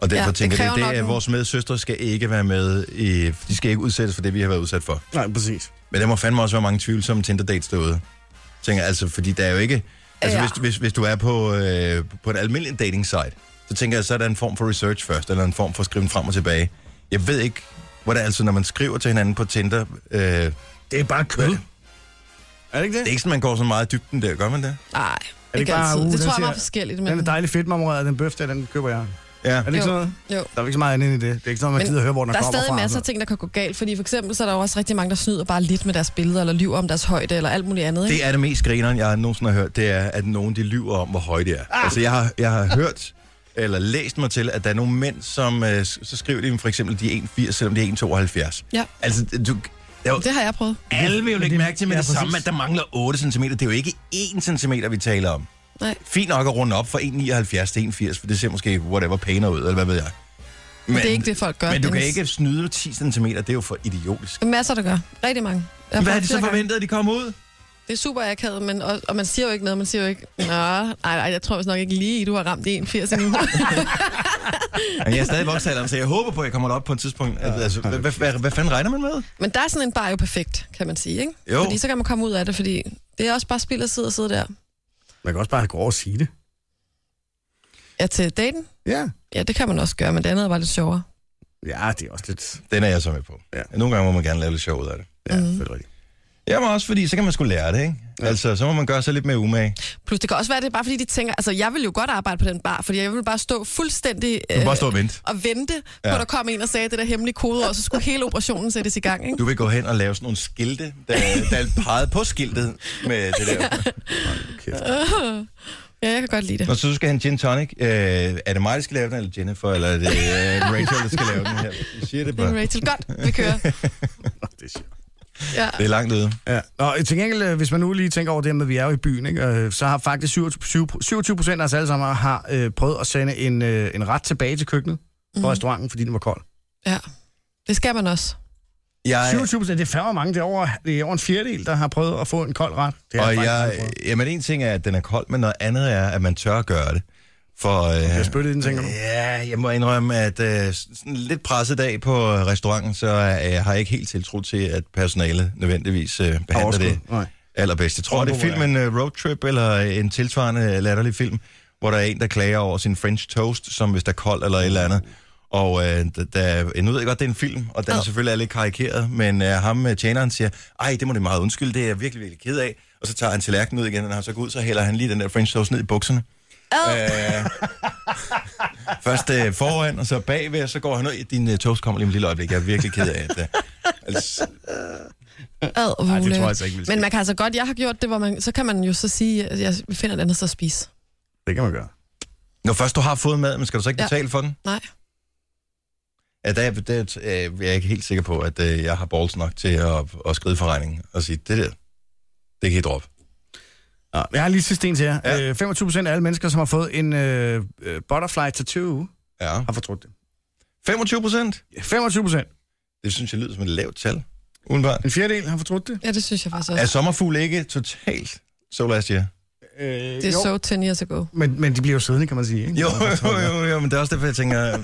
[SPEAKER 4] Og derfor
[SPEAKER 3] Ja,
[SPEAKER 4] ja,
[SPEAKER 3] det
[SPEAKER 4] tænker
[SPEAKER 3] kræver
[SPEAKER 4] jeg, det,
[SPEAKER 3] nok
[SPEAKER 4] det er, at
[SPEAKER 3] en-
[SPEAKER 4] vores medsøstre skal ikke være med i, de skal ikke udsættes for det, vi har været udsat for.
[SPEAKER 2] Nej, præcis.
[SPEAKER 4] Men der må fandme også være mange tvivlsomme Tinder-dates derude. Tænker altså, fordi der er jo ikke... Altså,
[SPEAKER 3] Ja.
[SPEAKER 4] ja. hvis, hvis, hvis du er på, øh, på et almindeligt dating-site, så tænker jeg, så er der en form for research først, eller en form for skriven frem og tilbage. Jeg ved ikke, hvor det er, altså, når man skriver til hinanden på Tinder... Øh,
[SPEAKER 2] Det er bare kød. Er det ikke det?
[SPEAKER 4] det er ikke sådan, man går så meget i dybden der, gør man det?
[SPEAKER 3] Nej,
[SPEAKER 2] det
[SPEAKER 3] ikke
[SPEAKER 2] ikke bare,
[SPEAKER 3] altid.
[SPEAKER 2] uh,
[SPEAKER 3] det
[SPEAKER 2] den
[SPEAKER 3] tror jeg er
[SPEAKER 2] siger-
[SPEAKER 3] meget forskelligt. Men...
[SPEAKER 2] Den er dejlig fedt marmoreret, den bøf der, den køber jeg.
[SPEAKER 4] Ja.
[SPEAKER 2] Er det ikke
[SPEAKER 3] Jo.
[SPEAKER 2] sådan noget? Der
[SPEAKER 3] Jo.
[SPEAKER 2] er jo ikke så meget andet end i det. Det er ikke sådan, man
[SPEAKER 3] Men
[SPEAKER 2] gider at høre, hvor den
[SPEAKER 3] Der er
[SPEAKER 2] kommer
[SPEAKER 3] stadig
[SPEAKER 2] fra.
[SPEAKER 3] masser af
[SPEAKER 2] altså.
[SPEAKER 3] ting, der kan gå galt, fordi for eksempel så er der jo også rigtig mange, der snyder bare lidt med deres billeder, eller lyver om deres højde, eller alt muligt andet. Ikke?
[SPEAKER 4] Det er det mest grineren, jeg nogensinde har hørt, det er, at nogen de lyver om, hvor høje det er. Ah. Altså, jeg har, jeg har hørt eller læst mig til, at der er nogle mænd, som øh, s- så skriver de dem for eksempel, de er 1,80, selvom de er 1,72.
[SPEAKER 3] Ja.
[SPEAKER 4] Altså, du, der er jo,
[SPEAKER 3] Det har jeg prøvet.
[SPEAKER 4] alle vil jo ikke mærke til med
[SPEAKER 2] Ja,
[SPEAKER 4] det samme,
[SPEAKER 2] præcis.
[SPEAKER 4] at der mangler 8 cm. Det er jo ikke 1 cm, vi taler om.
[SPEAKER 3] Nej.
[SPEAKER 4] Fint nok at runde op fra 1,79 til 1,80, for det ser måske, whatever, pænere ud, eller hvad ved jeg. Men,
[SPEAKER 3] det er ikke det, folk gør.
[SPEAKER 4] Men du kan
[SPEAKER 3] Dennis.
[SPEAKER 4] ikke snyde 10 cm, det er jo for idiotisk.
[SPEAKER 3] Masser, der gør. Rigtig mange. Jeg har
[SPEAKER 4] Hvad
[SPEAKER 3] prøvet
[SPEAKER 4] er det
[SPEAKER 3] flere
[SPEAKER 4] så
[SPEAKER 3] gange.
[SPEAKER 4] forventet, at de kommer ud?
[SPEAKER 3] Det er super akavet, men, og, og man siger jo ikke noget. Man siger jo ikke, Nå, nej, nej, jeg tror vist nok ikke lige, du har ramt 81 endnu.
[SPEAKER 4] Men jeg er stadig i voksalderen, så jeg håber på, at jeg kommer derop på et tidspunkt. Altså, hvad, hvad, hvad, hvad fanden regner man med?
[SPEAKER 3] men der er sådan en bar jo perfekt, kan man sige, ikke?
[SPEAKER 4] Jo.
[SPEAKER 3] Fordi så kan man komme ud af det, fordi det er også bare spild at sidde og sidde der.
[SPEAKER 2] Man kan også bare gå over og sige det.
[SPEAKER 3] Ja, til daten?
[SPEAKER 2] Ja.
[SPEAKER 3] Ja, det kan man også gøre, men det andet er bare lidt sjovere.
[SPEAKER 2] Ja, det er også lidt...
[SPEAKER 4] Den er jeg så med på.
[SPEAKER 2] Ja.
[SPEAKER 4] Nogle gange må man gerne lave lidt sjov ud af det.
[SPEAKER 2] Ja, mm. det er rigtigt.
[SPEAKER 4] Jamen også, fordi så kan man sgu lære det, ikke? Ja. Altså, så må man gøre sig lidt mere umage.
[SPEAKER 3] Plus, det kan også være, at det er bare fordi, de tænker, altså, jeg vil jo godt arbejde på den bar, fordi jeg vil bare stå fuldstændig øh,
[SPEAKER 4] Bare stå og vente.
[SPEAKER 3] og vente, ja. på
[SPEAKER 4] Ja.
[SPEAKER 3] at der kom en og sagde det der hemmelige kodeord, og så skulle hele operationen sættes i gang, ikke?
[SPEAKER 4] Du vil gå hen og lave sådan nogle skilte, der, der pegede på skiltet med det der.
[SPEAKER 3] Ja, jeg kan godt lide det.
[SPEAKER 4] Nå, så du skal have en gin tonic. Øh, er det mig, der skal lave den, eller Jennifer, eller er det øh, Rachel, der skal lave den her? Jeg siger det
[SPEAKER 3] Det er
[SPEAKER 4] bare.
[SPEAKER 3] Rachel, godt, vi kører.
[SPEAKER 2] Nå, det er sjovt.
[SPEAKER 3] Ja.
[SPEAKER 4] Det er langt ude.
[SPEAKER 2] Ja. Og til gengæld, øh, hvis man nu lige tænker over det her med, at vi er jo i byen, ikke? Øh, så har faktisk 27 27 procent af os alle sammen har øh, prøvet at sende en, øh, en ret tilbage til køkkenet på mm. restauranten, fordi den var kold.
[SPEAKER 3] ja, det skal man også.
[SPEAKER 4] Jeg,
[SPEAKER 2] 27 procent, det er færre mange. Det er, over, det er over en fjerdedel, der har prøvet at få en kold ret. Det har
[SPEAKER 4] og
[SPEAKER 2] faktisk aldrig
[SPEAKER 4] jeg,
[SPEAKER 2] prøvet.
[SPEAKER 4] jamen, en ting er, at den er kold, men noget andet er, at man tør at gøre det. For, øh,
[SPEAKER 2] Jeg spyttede i den, tænker du?
[SPEAKER 4] Ja, jeg må indrømme, at øh, sådan en lidt presset dag på øh, restauranten, så øh, har jeg ikke helt tiltro til, at personalet nødvendigvis øh, behandler
[SPEAKER 2] Overskud.
[SPEAKER 4] det
[SPEAKER 2] Nej.
[SPEAKER 4] allerbedst. Jeg tror, det er filmen øh, Road Trip, eller en tilsvarende øh, latterlig film, hvor der er en, der klager over sin French toast, som hvis der er kold eller et eller andet. Og øh, d- der, jeg nu ved jeg godt, det er en film, og den er selvfølgelig er lidt karikeret, men øh, ham med tjeneren siger, ej, det må det meget undskylde, det er jeg virkelig, virkelig ked af. Og så tager han tallerkenen ud igen, og når han så går ud, så hælder han lige den der French toast ned i bukserne. Øh, først øh, foran, og så bagved, og så går han ud. Din øh, toast kommer lige om et lille øjeblik. Jeg er virkelig ked af det. Altså,
[SPEAKER 3] Ad, Ej,
[SPEAKER 2] tror jeg altså ikke, vi skal.
[SPEAKER 3] Men man kan altså godt, jeg har gjort det, hvor man, så kan man jo så sige, at jeg finder et andet sted at spise.
[SPEAKER 2] Det kan man gøre.
[SPEAKER 4] når først du har fået mad, men skal du så ikke
[SPEAKER 3] Ja.
[SPEAKER 4] betale for den?
[SPEAKER 3] Nej.
[SPEAKER 4] Ja, der, er- der øh, er jeg ikke helt sikker på, at øh, jeg har balls nok til at, at skride for regningen og sige, det der, det kan I droppe.
[SPEAKER 2] Nå, jeg har lige sidste en til jer.
[SPEAKER 4] Ja.
[SPEAKER 2] Ja. Øh, 25 procent af alle mennesker, som har fået en øh, øh, butterfly tattoo,
[SPEAKER 4] Ja.
[SPEAKER 2] har fortrudt det.
[SPEAKER 4] 25 procent?
[SPEAKER 2] 25 procent.
[SPEAKER 4] Det synes jeg lyder som et lavt tal. Udenbart.
[SPEAKER 2] En fjerdedel har fortrudt det.
[SPEAKER 3] Ja, det synes jeg faktisk også.
[SPEAKER 2] Altså,
[SPEAKER 4] Er sommerfugl ikke totalt so last year?
[SPEAKER 2] Øh,
[SPEAKER 3] det er
[SPEAKER 2] jo.
[SPEAKER 3] so 10 years ago.
[SPEAKER 2] Men, men de bliver jo siddende, kan man sige. Ikke?
[SPEAKER 4] Jo, jo, jo, jo, men det er også derfor, jeg tænker... øh,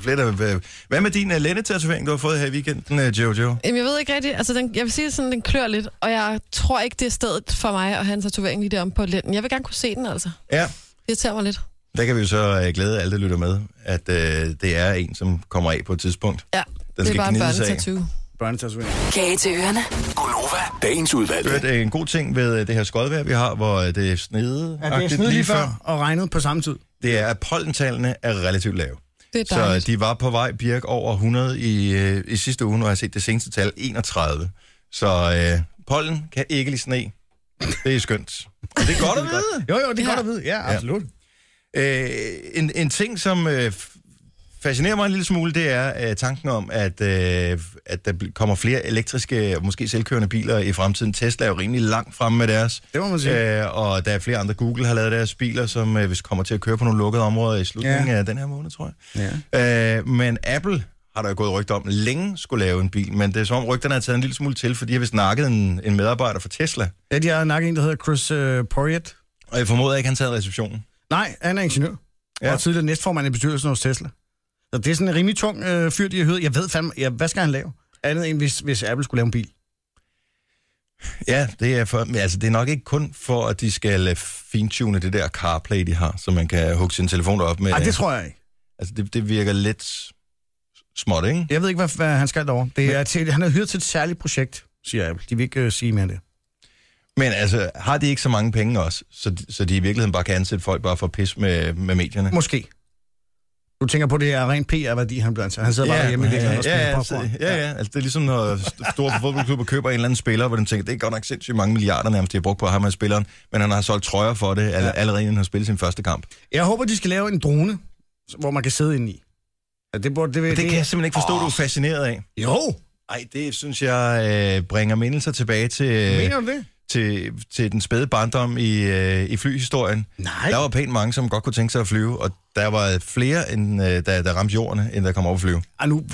[SPEAKER 4] Flere, der, øh, hvad med din uh, lændetatovering, du har fået her i weekenden, uh, Jojo?
[SPEAKER 3] Jamen, jeg ved ikke rigtigt, altså den, jeg vil sige sådan, den klør lidt, og jeg tror ikke, det er stedet for mig at have en tatovering lige deromme på lænden. Jeg vil gerne kunne se den, altså.
[SPEAKER 4] Ja.
[SPEAKER 3] Det irriterer mig lidt.
[SPEAKER 4] Der kan vi jo så uh, glæde alle, der lytter med, at uh, det er en, som kommer af på et tidspunkt.
[SPEAKER 3] Ja, det
[SPEAKER 4] skal
[SPEAKER 3] er bare en
[SPEAKER 4] gnides af.
[SPEAKER 3] børnetattoo.
[SPEAKER 2] Børnetatovering.
[SPEAKER 5] Kage til ørerne.
[SPEAKER 10] Gunova, dagens udvalgte.
[SPEAKER 4] Det er en god ting ved øh, det her skodvejr, vi har, hvor øh, det er snede.
[SPEAKER 2] Ja, det er snyd lige før, og regnet på samme tid.
[SPEAKER 4] Det er, at pollentallene er relativt lave.
[SPEAKER 3] Det er
[SPEAKER 2] øh,
[SPEAKER 4] Så
[SPEAKER 3] dejligt.
[SPEAKER 4] de var på vej, Birk, over 100 i, øh, i sidste uge, og jeg har set det seneste tal, 31. Så øh, pollen kan ikke lide sne. Det er skønt. Og det er godt at vide.
[SPEAKER 2] Jo, jo, det er
[SPEAKER 3] Ja.
[SPEAKER 2] godt at vide. Ja, absolut.
[SPEAKER 4] Øh, en, en ting, som øh, f- fascinerer mig en lille smule, det er øh, tanken om, at, øh, at der bl- kommer flere elektriske, og måske selvkørende biler i fremtiden. Tesla er jo rimelig langt fremme med deres.
[SPEAKER 2] Det må man sige.
[SPEAKER 4] Øh, og der er flere andre. Google har lavet deres biler, som øh, hvis kommer til at køre på nogle lukkede områder i slutningen
[SPEAKER 2] Ja.
[SPEAKER 4] af den her måned, tror jeg. Ja. Øh, men Apple har der jo gået rygter om, længe skulle lave en bil, men det er som om rygterne har taget en lille smule til, fordi jeg vil snakke en, en medarbejder fra Tesla,
[SPEAKER 2] Ja, de har nok en, der hedder Chris øh, Porriet.
[SPEAKER 4] og jeg formoder ikke, han taget receptionen.
[SPEAKER 2] Nej, han er ingeniør.
[SPEAKER 4] Ja.
[SPEAKER 2] Ja. Og tidligere næstformand i bestyrelsen hos Tesla. Så det er sådan en rimelig tung øh, fyr, de har hørt. Jeg ved fandme, ja, hvad skal han lave? Andet end, hvis, hvis Apple skulle lave en bil.
[SPEAKER 4] Ja, det er, for, men altså, det er nok ikke kun for, at de skal øh, fintune det der CarPlay, de har, så man kan hugge sin telefon op med.
[SPEAKER 2] Nej, det tror jeg ikke.
[SPEAKER 4] Altså, det, det virker lidt s- småt, ikke?
[SPEAKER 2] Jeg ved ikke, hvad, hvad han skal derovre. Det er til, han er hyret til et særligt projekt, siger Apple. De vil ikke øh, sige mere end det.
[SPEAKER 4] Men altså, har de ikke så mange penge også, så, de- så de i virkeligheden bare kan ansætte folk bare for pis med, med medierne?
[SPEAKER 2] Måske. Du tænker på, det er ren PR-værdi, han bliver ansat. Han sidder bare
[SPEAKER 4] Ja,
[SPEAKER 2] derhjemme i virkeligheden og
[SPEAKER 4] ja, ja,
[SPEAKER 2] spiller
[SPEAKER 4] altså,
[SPEAKER 2] popcorn.
[SPEAKER 4] ja, ja, altså det er ligesom, når st- store fodboldklubber køber en eller anden spiller, hvor de tænker, det er godt nok sindssygt mange milliarder nærmest, de har brugt på ham og spilleren, men han har solgt trøjer for det, ja. allerede inden han spillede sin første kamp.
[SPEAKER 2] Jeg håber, de skal lave en drone, hvor man kan sidde inde i. Ja, det, burde, det, vil,
[SPEAKER 4] Det kan jeg simpelthen ikke forstå, oh. du er fascineret af.
[SPEAKER 2] Jo,
[SPEAKER 4] Ej, det synes jeg øh, bringer mindelser tilbage til,
[SPEAKER 2] mener
[SPEAKER 4] øh,
[SPEAKER 2] du det?
[SPEAKER 4] til, til den spæde barndom i, øh, i flyhistorien.
[SPEAKER 2] Nej.
[SPEAKER 4] Der var pænt mange, som godt kunne tænke sig at flyve, og der var flere, end, øh, der, der ramte jorden, end der kom op at flyve.
[SPEAKER 2] Ah, øh, Ej, nu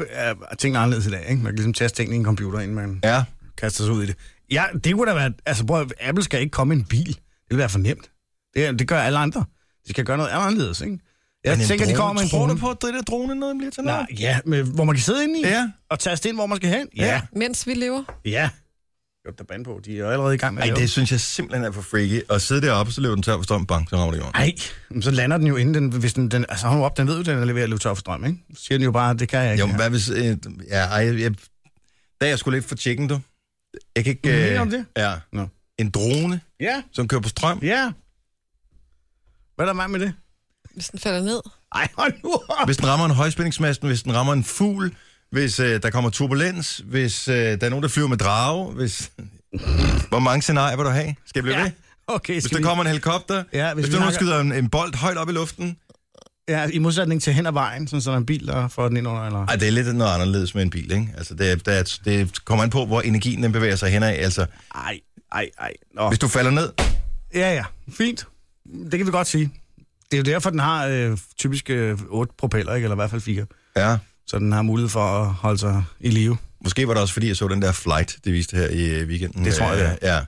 [SPEAKER 2] er tingene anderledes i dag, ikke? Man kan ligesom teste tingene i en computer, inden man ja.
[SPEAKER 4] Ja,
[SPEAKER 2] kaster sig ud i det. Ja, det kunne da være... Altså, prøv, at- Apple skal ikke komme i en bil. Det vil være for nemt. Det, det gør alle andre. De skal gøre noget anderledes, ikke? Jeg
[SPEAKER 4] Men en
[SPEAKER 2] tænker, de
[SPEAKER 4] drone-
[SPEAKER 2] kommer med en
[SPEAKER 4] Tror
[SPEAKER 2] drone.
[SPEAKER 4] du på, at det der drone noget bliver til
[SPEAKER 2] Nej,
[SPEAKER 4] noget?
[SPEAKER 2] ja, men hvor man kan sidde inde i.
[SPEAKER 4] Ja.
[SPEAKER 2] Og taste ind, hvor man skal hen. Ja.
[SPEAKER 3] mens vi lever.
[SPEAKER 2] Ja. Godt der band på. De er jo allerede i gang med
[SPEAKER 4] Ej,
[SPEAKER 2] at lave
[SPEAKER 4] det synes jeg simpelthen er for freaky. At sidde deroppe, så løber den tør for strøm. Bang, så rammer det jorden.
[SPEAKER 2] Ej, men så lander den jo inden den, hvis den, den altså hold nu op, den ved jo, den er leveret løbet tør for strøm, ikke? Så siger den jo bare, det kan jeg ikke.
[SPEAKER 4] Jo, men hvad hvis... Øh, ja, ej, jeg, da jeg skulle lidt for chicken, du. Jeg kan ikke... øh,
[SPEAKER 2] Er du enig om det?
[SPEAKER 4] Ja.
[SPEAKER 2] Nå.
[SPEAKER 4] En drone,
[SPEAKER 2] Ja,
[SPEAKER 4] som kører på strøm.
[SPEAKER 2] ja. Hvad er der mig med det?
[SPEAKER 3] Hvis den falder ned.
[SPEAKER 2] Ej, hold nu op.
[SPEAKER 4] Hvis den rammer en højspændingsmasten, hvis den rammer en fugl, hvis øh, der kommer turbulens, hvis øh, der er nogen, der flyver med drage, hvis... Hvor mange scenarier vil du have? Skal jeg blive ja. ved?
[SPEAKER 2] Okay,
[SPEAKER 4] Hvis
[SPEAKER 2] skal
[SPEAKER 4] der
[SPEAKER 2] vi...
[SPEAKER 4] kommer en helikopter,
[SPEAKER 2] Ja, hvis
[SPEAKER 4] hvis,
[SPEAKER 2] vi
[SPEAKER 4] hvis der
[SPEAKER 2] snakker-
[SPEAKER 4] skyder en, en bold højt op i luften.
[SPEAKER 2] Ja, i modsætning til hen ad vejen, sådan, så der er en bil, der får den ind under, eller...
[SPEAKER 4] Ej, det er lidt noget anderledes med en bil, ikke? Altså, det, er- der, er- det kommer an på, hvor energien den bevæger sig henad. Altså,
[SPEAKER 2] Ej, ej, ej. Nå.
[SPEAKER 4] hvis du falder ned,
[SPEAKER 2] Ja, ja. Fint. Det kan vi godt sige. Det er jo derfor, den har øh, typisk øh, otte propeller, ikke? eller i hvert fald fire.
[SPEAKER 4] ja,
[SPEAKER 2] Så den har mulighed for at holde sig i live.
[SPEAKER 4] Måske var det også, fordi jeg så den der Flight, det viste her i øh, weekenden.
[SPEAKER 2] Det tror jeg, det er.
[SPEAKER 4] Ja.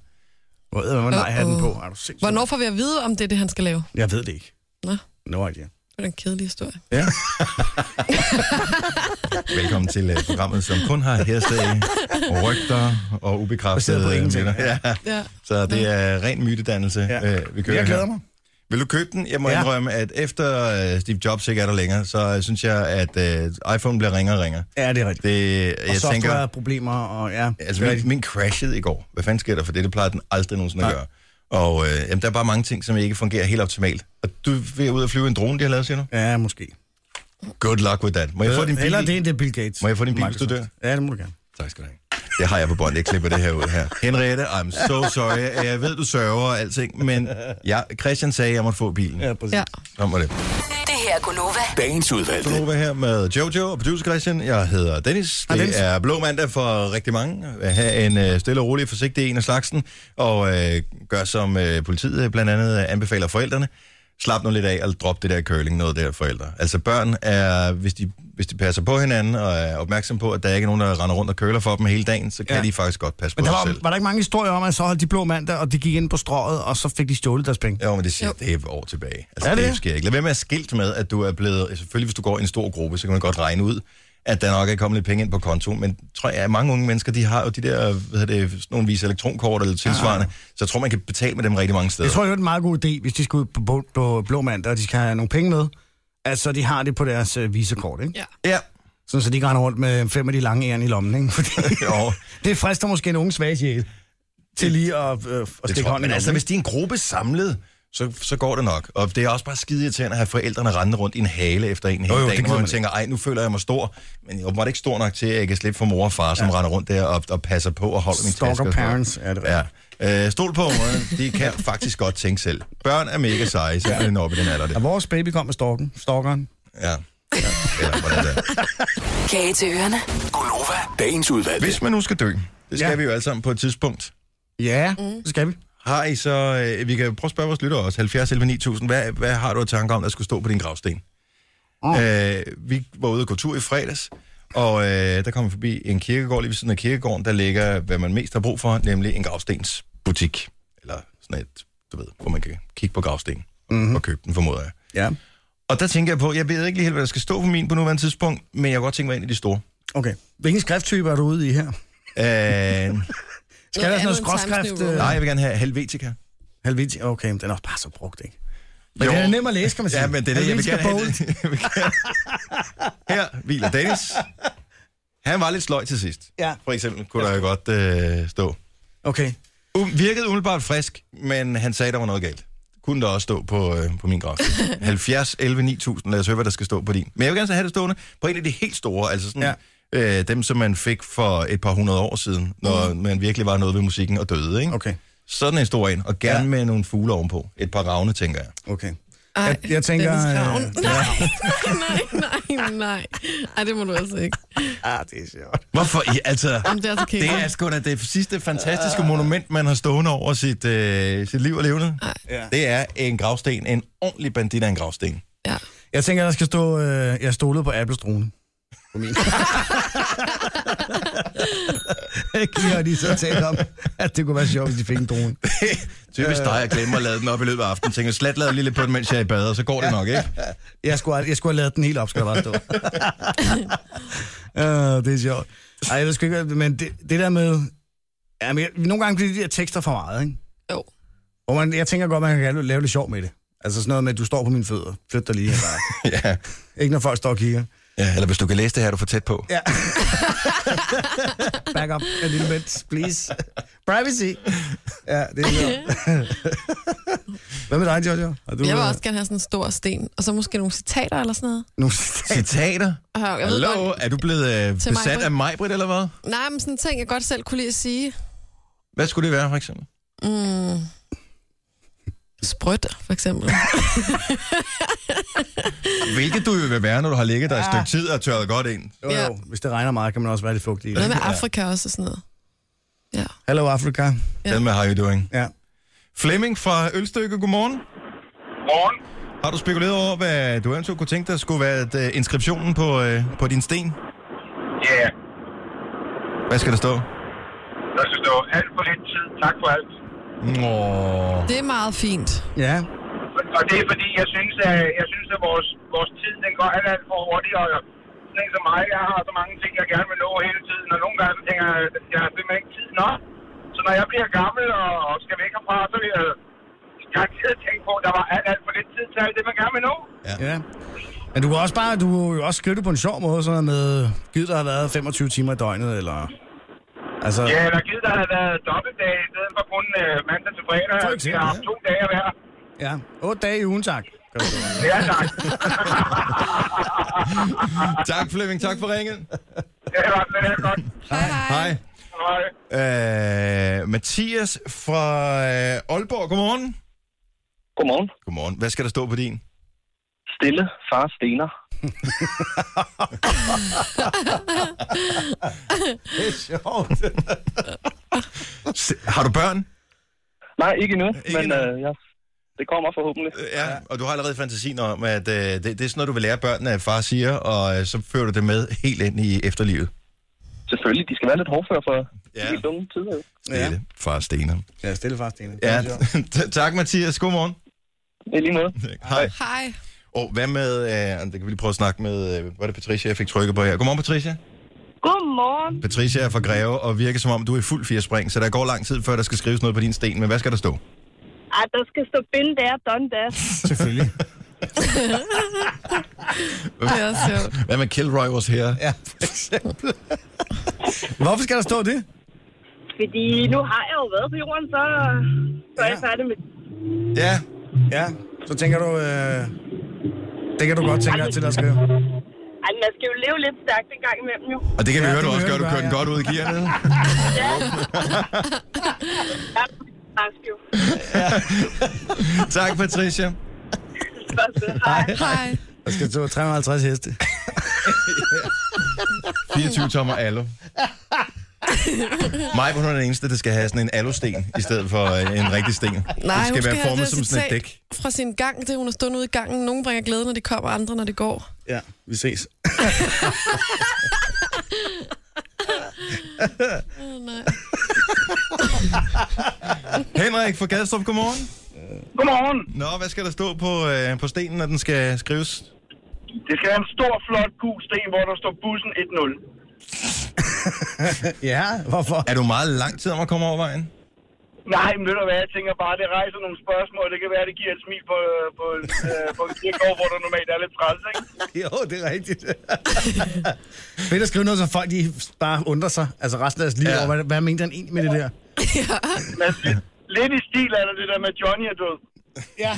[SPEAKER 2] Hvor ved man, nej, har den på?
[SPEAKER 3] Uh-oh.
[SPEAKER 2] Er du sindssyg?
[SPEAKER 3] Hvornår får vi at vide, om det er det, han skal lave?
[SPEAKER 2] Jeg ved det ikke.
[SPEAKER 3] Nå,
[SPEAKER 2] No idea.
[SPEAKER 3] det er en kedelig historie.
[SPEAKER 2] Ja.
[SPEAKER 4] Velkommen til uh, programmet, som kun har hersag, rygter og ubekræftede
[SPEAKER 2] Baseret på ingenting,
[SPEAKER 4] minder. Ja.
[SPEAKER 3] Ja.
[SPEAKER 4] Så det er ren mytedannelse, ja.
[SPEAKER 2] Ja.
[SPEAKER 4] øh, vi kører
[SPEAKER 2] Jeg glæder
[SPEAKER 4] her.
[SPEAKER 2] mig.
[SPEAKER 4] Vil du købe den? Jeg må ja.
[SPEAKER 2] Ja.
[SPEAKER 4] indrømme, at efter øh, Steve Jobs ikke er der længere, så øh, synes jeg, at øh, iPhone bliver ringere og ringere.
[SPEAKER 2] Ja, det er rigtigt.
[SPEAKER 4] Det,
[SPEAKER 2] Og
[SPEAKER 4] jeg tænker,
[SPEAKER 2] softwareproblemer, og ja.
[SPEAKER 4] altså
[SPEAKER 2] det
[SPEAKER 4] min,
[SPEAKER 2] er rigtigt.
[SPEAKER 4] min crashede i går. Hvad fanden sker der for det? Det plejer den aldrig nogensinde at
[SPEAKER 2] Nej.
[SPEAKER 4] gøre. Og øh, jamen, der er bare mange ting, som ikke fungerer helt optimalt. Og du vil ud og flyve i en drone, de har lavet, siger du?
[SPEAKER 2] Ja, måske.
[SPEAKER 4] Good luck with that. Må jeg få din bil?
[SPEAKER 2] Eller
[SPEAKER 4] i?
[SPEAKER 2] det end det er Bill Gates.
[SPEAKER 4] Må jeg få din bil, hvis du
[SPEAKER 2] Microsoft. Ja, det må du gerne.
[SPEAKER 4] Tak skal du have. Det har jeg på bånd, jeg klipper det her ud her. Henriette, I'm so sorry. Jeg ved, du sørger og alting, men jeg, Christian sagde, at jeg måtte få bilen.
[SPEAKER 2] Ja, præcis.
[SPEAKER 3] ja.
[SPEAKER 4] Så må det.
[SPEAKER 5] Det her er Gunova.
[SPEAKER 10] Dagens udvalgte.
[SPEAKER 4] Nu er her med Jojo og producer Christian. Jeg hedder Dennis. Det
[SPEAKER 2] Dennis.
[SPEAKER 4] er blå mandag for rigtig mange. Have en øh, stille og rolig, forsigtig en af slagsen. Og øh, gør som øh, politiet blandt andet øh, anbefaler forældrene. Slap nu lidt af og drop det der curling noget der forældre. Altså børn er, hvis de, hvis de passer på hinanden og er opmærksom på, at der ikke er nogen, der render rundt og køler for dem hele dagen, så kan ja.
[SPEAKER 2] Ja.
[SPEAKER 4] de faktisk godt passe
[SPEAKER 2] Men
[SPEAKER 4] på
[SPEAKER 2] der
[SPEAKER 4] sig
[SPEAKER 2] var,
[SPEAKER 4] selv.
[SPEAKER 2] var der ikke mange historier om, at så holdt de blå mandag, og de gik ind på strået, og så fik de stjålet deres penge?
[SPEAKER 4] Jo, men det siger,
[SPEAKER 3] Jo.
[SPEAKER 4] det er år tilbage. Altså,
[SPEAKER 2] Er
[SPEAKER 4] det?
[SPEAKER 2] det?
[SPEAKER 4] det sker ikke. Lad være med at skilt med, at du er blevet... altså, Selvfølgelig, hvis du går i en stor gruppe, så kan man godt regne ud, at der nok er kommet lidt penge ind på kontoen. Men tror jeg, at mange unge mennesker, de har jo de der, hvad hedder det, sådan nogle vis elektronkort eller tilsvarende, så jeg tror, man kan betale med dem rigtig mange steder.
[SPEAKER 2] Ah. Jeg tror, det er en meget god idé, hvis de skal ud på, på, på blå mandag, og de skal have nogle penge med, altså de har det på deres øh, visekort, ikke?
[SPEAKER 3] ja.
[SPEAKER 4] Ja.
[SPEAKER 2] Sådan, så de ikke render rundt med fem af de lange æren i lommen, ikke? Fordi
[SPEAKER 4] Jo,
[SPEAKER 2] det frister måske en unge svag sjæl til lige at, øh, at
[SPEAKER 4] det
[SPEAKER 2] stikke
[SPEAKER 4] tror jeg.
[SPEAKER 2] hånden
[SPEAKER 4] Men
[SPEAKER 2] i
[SPEAKER 4] altså,
[SPEAKER 2] lommen.
[SPEAKER 4] hvis
[SPEAKER 2] ikke?
[SPEAKER 4] de er en gruppe samlet, så, så går det nok. Og det er også bare skide irriterende at have forældrene rendende rundt i en hale efter en hele
[SPEAKER 2] jo, det
[SPEAKER 4] dag,
[SPEAKER 2] gider
[SPEAKER 4] hvor man
[SPEAKER 2] man
[SPEAKER 4] tænker, ej, nu føler jeg mig stor, men jeg er åbenbart ikke stor nok til, at jeg kan slippe for mor og far, som ja. render rundt der og, og passer på og holder min taske. og
[SPEAKER 2] Stalker
[SPEAKER 4] sådan noget."
[SPEAKER 2] parents, er det rigtigt.
[SPEAKER 4] Ja. Øh, stol på ungerne, de kan faktisk godt tænke selv. Børn er mega seje, så er oppe i den alder.
[SPEAKER 2] Og
[SPEAKER 4] Der.
[SPEAKER 2] vores baby kom med storken, stalkeren.
[SPEAKER 4] Ja. ja. Eller, hvordan det er.
[SPEAKER 5] Kage til ørerne.
[SPEAKER 10] Gunova, dagens udvalgte.
[SPEAKER 4] Hvis man nu skal dø, det skal ja.
[SPEAKER 2] Ja.
[SPEAKER 4] vi jo alle sammen på et tidspunkt.
[SPEAKER 2] Ja, mm. det skal vi.
[SPEAKER 4] Har I så, øh, vi kan prøve at spørge vores lyttere også, 70 11 9000, hvad, hvad har du af tanker om, der skulle stå på din gravsten? Oh. Øh, vi var ude og gå tur i fredags, og øh, der kom vi forbi en kirkegård, lige ved siden af kirkegården, der ligger, hvad man mest har brug for, nemlig en gravstensbutik. Eller sådan et, du ved, hvor man kan kigge på gravsten mm-hmm. og købe den, formoder jeg.
[SPEAKER 2] Ja,
[SPEAKER 4] Og der tænker jeg på, jeg ved ikke lige helt, hvad der skal stå på min på nuværende tidspunkt, men jeg kan godt tænke mig ind i de store.
[SPEAKER 2] okay. Hvilken skrifttype er du ude i her?
[SPEAKER 4] Øh,
[SPEAKER 2] Skal der være sådan noget
[SPEAKER 3] andet end Times
[SPEAKER 2] skråskrift?
[SPEAKER 3] New
[SPEAKER 2] Øh,
[SPEAKER 4] nej, jeg vil gerne have Helvetica.
[SPEAKER 2] Helviti, okay, men den er også bare så brugt, ikke? Men
[SPEAKER 4] Jo.
[SPEAKER 2] den er nem at læse, kan man sige.
[SPEAKER 4] Ja, men det er det, jeg vil
[SPEAKER 2] Helvetica
[SPEAKER 4] gerne have.
[SPEAKER 2] Bowl.
[SPEAKER 4] det. Jeg vil gerne- Her hviler Dennis. Han var lidt sløj til sidst.
[SPEAKER 2] Ja.
[SPEAKER 4] For eksempel kunne der jo godt øh, stå.
[SPEAKER 2] Okay.
[SPEAKER 4] Um, virkede umiddelbart frisk, men han sagde, der var noget galt. Kunne der også stå på, øh, på min grav. 70, 11, 9000. Lad os høre, hvad der skal stå på din. Men jeg vil gerne så have det stående på en af de helt store. Altså sådan, ja. øh, dem, som man fik for et par hundrede år siden, når mm. man virkelig var noget ved musikken og døde. Ikke?
[SPEAKER 2] Okay.
[SPEAKER 4] Sådan en stor en. Og gerne ja.
[SPEAKER 2] Ja.
[SPEAKER 4] med nogle fugle ovenpå. Et par ravne, tænker jeg.
[SPEAKER 2] Okay.
[SPEAKER 3] Ej,
[SPEAKER 2] Jeg, jeg tænker...
[SPEAKER 3] Dennis
[SPEAKER 2] Øh,
[SPEAKER 3] Ravn. Nej, nej, nej, nej. Ej, det må du altså ikke.
[SPEAKER 2] ah, det er sjovt.
[SPEAKER 4] Hvorfor? I, altså...
[SPEAKER 3] Om det er Øh. så
[SPEAKER 4] Det er sgu da det sidste fantastiske monument, man har stående over sit, øh, sit liv og levende.
[SPEAKER 2] Ja.
[SPEAKER 4] Det er en gravsten. En ordentlig bandit af en gravsten.
[SPEAKER 3] Ja.
[SPEAKER 2] Jeg tænker, der skal stå, øh, jeg stolede på Apples drone. på min. Ikke har de så talt om, at det kunne være sjovt, hvis de fik en drone.
[SPEAKER 4] Typisk dig, jeg glemmer at lade den op i løbet af aftenen. Tænker, slet lad lige lidt på den, mens jeg er i bad, og så går det nok, ikke?
[SPEAKER 2] Jeg skulle, ald- jeg skulle have lavet den helt op, skal der bare stå. uh, det er sjovt. Ej, jeg ved sgu ikke, men det, det der med... Jamen, jeg, nogle gange bliver de der tekster for meget, ikke?
[SPEAKER 3] Jo.
[SPEAKER 2] Og man, jeg tænker godt, man kan lave lidt sjov med det. Altså sådan noget med, at du står på mine fødder. Flyt dig lige her bare.
[SPEAKER 4] Ja.
[SPEAKER 2] ikke når folk står og kigger.
[SPEAKER 4] ja. Eller hvis du kan læse det her, er du for tæt på.
[SPEAKER 2] Ja. Back up a little bit, please. Privacy. Ja, det er sjovt. Hvad med dig, Jojo? Har du,
[SPEAKER 3] Jeg vil
[SPEAKER 2] øh,
[SPEAKER 3] også gerne have sådan en stor sten, og så måske nogle citater eller sådan noget.
[SPEAKER 2] Nogle citater?
[SPEAKER 4] Citater?
[SPEAKER 3] Og Jeg ved
[SPEAKER 4] Hallo,
[SPEAKER 3] Godt,
[SPEAKER 4] er du blevet øh,
[SPEAKER 3] Til
[SPEAKER 4] besat
[SPEAKER 3] Majbrit.
[SPEAKER 4] af Majbrit, eller hvad?
[SPEAKER 3] nej, men sådan en ting, jeg godt selv kunne lide at sige.
[SPEAKER 4] Hvad skulle det være, for eksempel?
[SPEAKER 3] Mm. Sprødt, for eksempel.
[SPEAKER 4] Hvilket du jo vil være, når du har ligget der et stykke tid og tørret godt ind.
[SPEAKER 2] Jo,
[SPEAKER 3] Ja.
[SPEAKER 2] jo. Hvis det regner meget, kan man også være lidt fugtig.
[SPEAKER 3] Noget med
[SPEAKER 2] Ja.
[SPEAKER 3] Afrika også og sådan noget. Ja.
[SPEAKER 2] Hello, Africa.
[SPEAKER 4] Den med How You Doing.
[SPEAKER 2] Ja.
[SPEAKER 4] Flemming fra Ølstykke, godmorgen.
[SPEAKER 11] Morgen.
[SPEAKER 4] Har du spekuleret over, hvad du eventuelt kunne tænke dig skulle være øh, inskriptionen på, øh, på din sten?
[SPEAKER 11] Ja, yeah.
[SPEAKER 4] Hvad skal der stå?
[SPEAKER 11] der skal stå alt for lidt tid. Tak for alt.
[SPEAKER 4] Åh.
[SPEAKER 3] Det er meget fint.
[SPEAKER 2] Ja.
[SPEAKER 11] Og- Og det er fordi, jeg synes, at, jeg synes, at vores, vores tid, den går alt, alt for hurtigt. Og sådan en som mig, jeg har så mange ting, jeg gerne vil nå hele tiden. Og nogle gange så tænker jeg, at jeg har simpelthen ikke tid nok. Så når jeg bliver gammel og, og skal væk herfra, så vil jeg garanteret tænke på, at der var alt, alt for lidt tid til alt det, man gerne vil nå.
[SPEAKER 2] ja. Men du kan også bare, du kan jo også skrive det på en sjov måde, sådan noget med, givet der har været 25 timer i døgnet, eller... Altså,
[SPEAKER 11] Ja, eller givet, der havde været dobbeltdag i stedet for kun øh, mandag til fredag.
[SPEAKER 2] For
[SPEAKER 11] Vi
[SPEAKER 2] eksempel,
[SPEAKER 11] har haft
[SPEAKER 2] ja.
[SPEAKER 11] to dage hver.
[SPEAKER 2] ja. 8 dage i ugen, tak. Kan du sige.
[SPEAKER 11] Ja, tak.
[SPEAKER 4] Tak Flemming, tak for ringet.
[SPEAKER 11] Ja, det er godt.
[SPEAKER 3] Hej, hej.
[SPEAKER 4] Hej.
[SPEAKER 11] Hej.
[SPEAKER 4] Øh, Mathias fra øh, Aalborg, godmorgen.
[SPEAKER 12] Godmorgen.
[SPEAKER 4] Godmorgen. Hvad skal der stå på din?
[SPEAKER 12] Stille far stener.
[SPEAKER 2] Det er sjovt.
[SPEAKER 4] S- har du børn?
[SPEAKER 12] Nej, ikke endnu,
[SPEAKER 4] Ikke
[SPEAKER 12] men
[SPEAKER 4] endnu.
[SPEAKER 12] øh, ja, det kommer forhåbentlig.
[SPEAKER 4] Øh, Ja, og du har allerede fantasien om, at øh, det, det er sådan noget, du vil lære børnene, at far siger, og øh, så fører du det med helt ind i efterlivet.
[SPEAKER 12] Selvfølgelig, de skal være lidt hårdføre for
[SPEAKER 4] Ja.
[SPEAKER 12] ja. helt unge tider. jo.
[SPEAKER 4] Det er det. Far Stener.
[SPEAKER 2] Ja, stille fast, Stine.
[SPEAKER 4] Ja, t- tak Mathias, godmorgen.
[SPEAKER 12] I lige måde.
[SPEAKER 4] Hej.
[SPEAKER 3] Hej.
[SPEAKER 4] Og hvad med, øh, det kan vi lige prøve at snakke med, øh, var det Patricia, jeg fik trykket på her. Godmorgen Patricia.
[SPEAKER 13] Godmorgen.
[SPEAKER 4] Patricia er fra Greve, og virker som om, du er i fuld firespring, så der går lang tid, før der skal skrives noget på din sten, men hvad skal der stå?
[SPEAKER 13] Ej, der skal stå bin der, done that.
[SPEAKER 2] Selvfølgelig.
[SPEAKER 3] Det er også sjovt.
[SPEAKER 4] Hvad med Kilroy was here?
[SPEAKER 2] Ja, for eksempel. Hvorfor skal der stå det?
[SPEAKER 13] Fordi nu har jeg jo været på jorden, så, så er jeg
[SPEAKER 2] Ja.
[SPEAKER 13] færdig med...
[SPEAKER 4] Ja,
[SPEAKER 2] Ja, så tænker du... Øh, det kan du godt
[SPEAKER 13] Altså-
[SPEAKER 2] tænke dig til at skrive.
[SPEAKER 13] Ej, man skal jo leve lidt stærkt en gang imellem, jo.
[SPEAKER 4] og det kan vi
[SPEAKER 2] Ja,
[SPEAKER 4] høre, du
[SPEAKER 2] det kan
[SPEAKER 4] også
[SPEAKER 2] vi
[SPEAKER 4] gør. Du
[SPEAKER 2] høre, du
[SPEAKER 4] kører den
[SPEAKER 2] gør,
[SPEAKER 4] godt ud i gear. nede.
[SPEAKER 13] Ja, tak, jo.
[SPEAKER 4] tak, Patricia.
[SPEAKER 13] Hej.
[SPEAKER 3] Hej.
[SPEAKER 2] Der skal stå 350 heste.
[SPEAKER 4] 24 tommer alu. Mig hun er den eneste, der skal have sådan en alusten, i stedet for øh, en rigtig sten.
[SPEAKER 3] Nej,
[SPEAKER 4] det
[SPEAKER 3] hun
[SPEAKER 4] skal være
[SPEAKER 3] have
[SPEAKER 4] formet
[SPEAKER 3] der
[SPEAKER 4] som sådan et
[SPEAKER 3] citat
[SPEAKER 4] dæk.
[SPEAKER 3] Fra sin gang, det hun har stået ude i gangen. Nogle bringer glæde, når de kommer, og andre, når det går.
[SPEAKER 2] Ja, vi ses.
[SPEAKER 3] Oh, nej.
[SPEAKER 4] Henrik fra Gadstrup, godmorgen.
[SPEAKER 11] Godmorgen.
[SPEAKER 4] Nå, hvad skal der stå på, øh, på stenen, når den skal skrives?
[SPEAKER 11] Det skal være en stor, flot, gul sten, hvor der står bussen 1-0.
[SPEAKER 2] Ja, hvorfor?
[SPEAKER 4] Er du meget lang tid om at komme over vejen?
[SPEAKER 11] Nej, men ved du hvad, jeg tænker bare, det rejser nogle spørgsmål. Det kan være, det giver et smil på, øh, på, en, øh, på en kirkegård, hvor der normalt er lidt træls, ikke?
[SPEAKER 2] Jo, det er rigtigt. Fedt at skrive noget, så folk de bare undrer sig, altså resten af deres liv,
[SPEAKER 4] Ja.
[SPEAKER 2] ja. over, hvad, hvad mente han egentlig med det der?
[SPEAKER 11] Men altså, lidt, lidt i stil er der det der med, at Johnny er død.
[SPEAKER 2] Ja.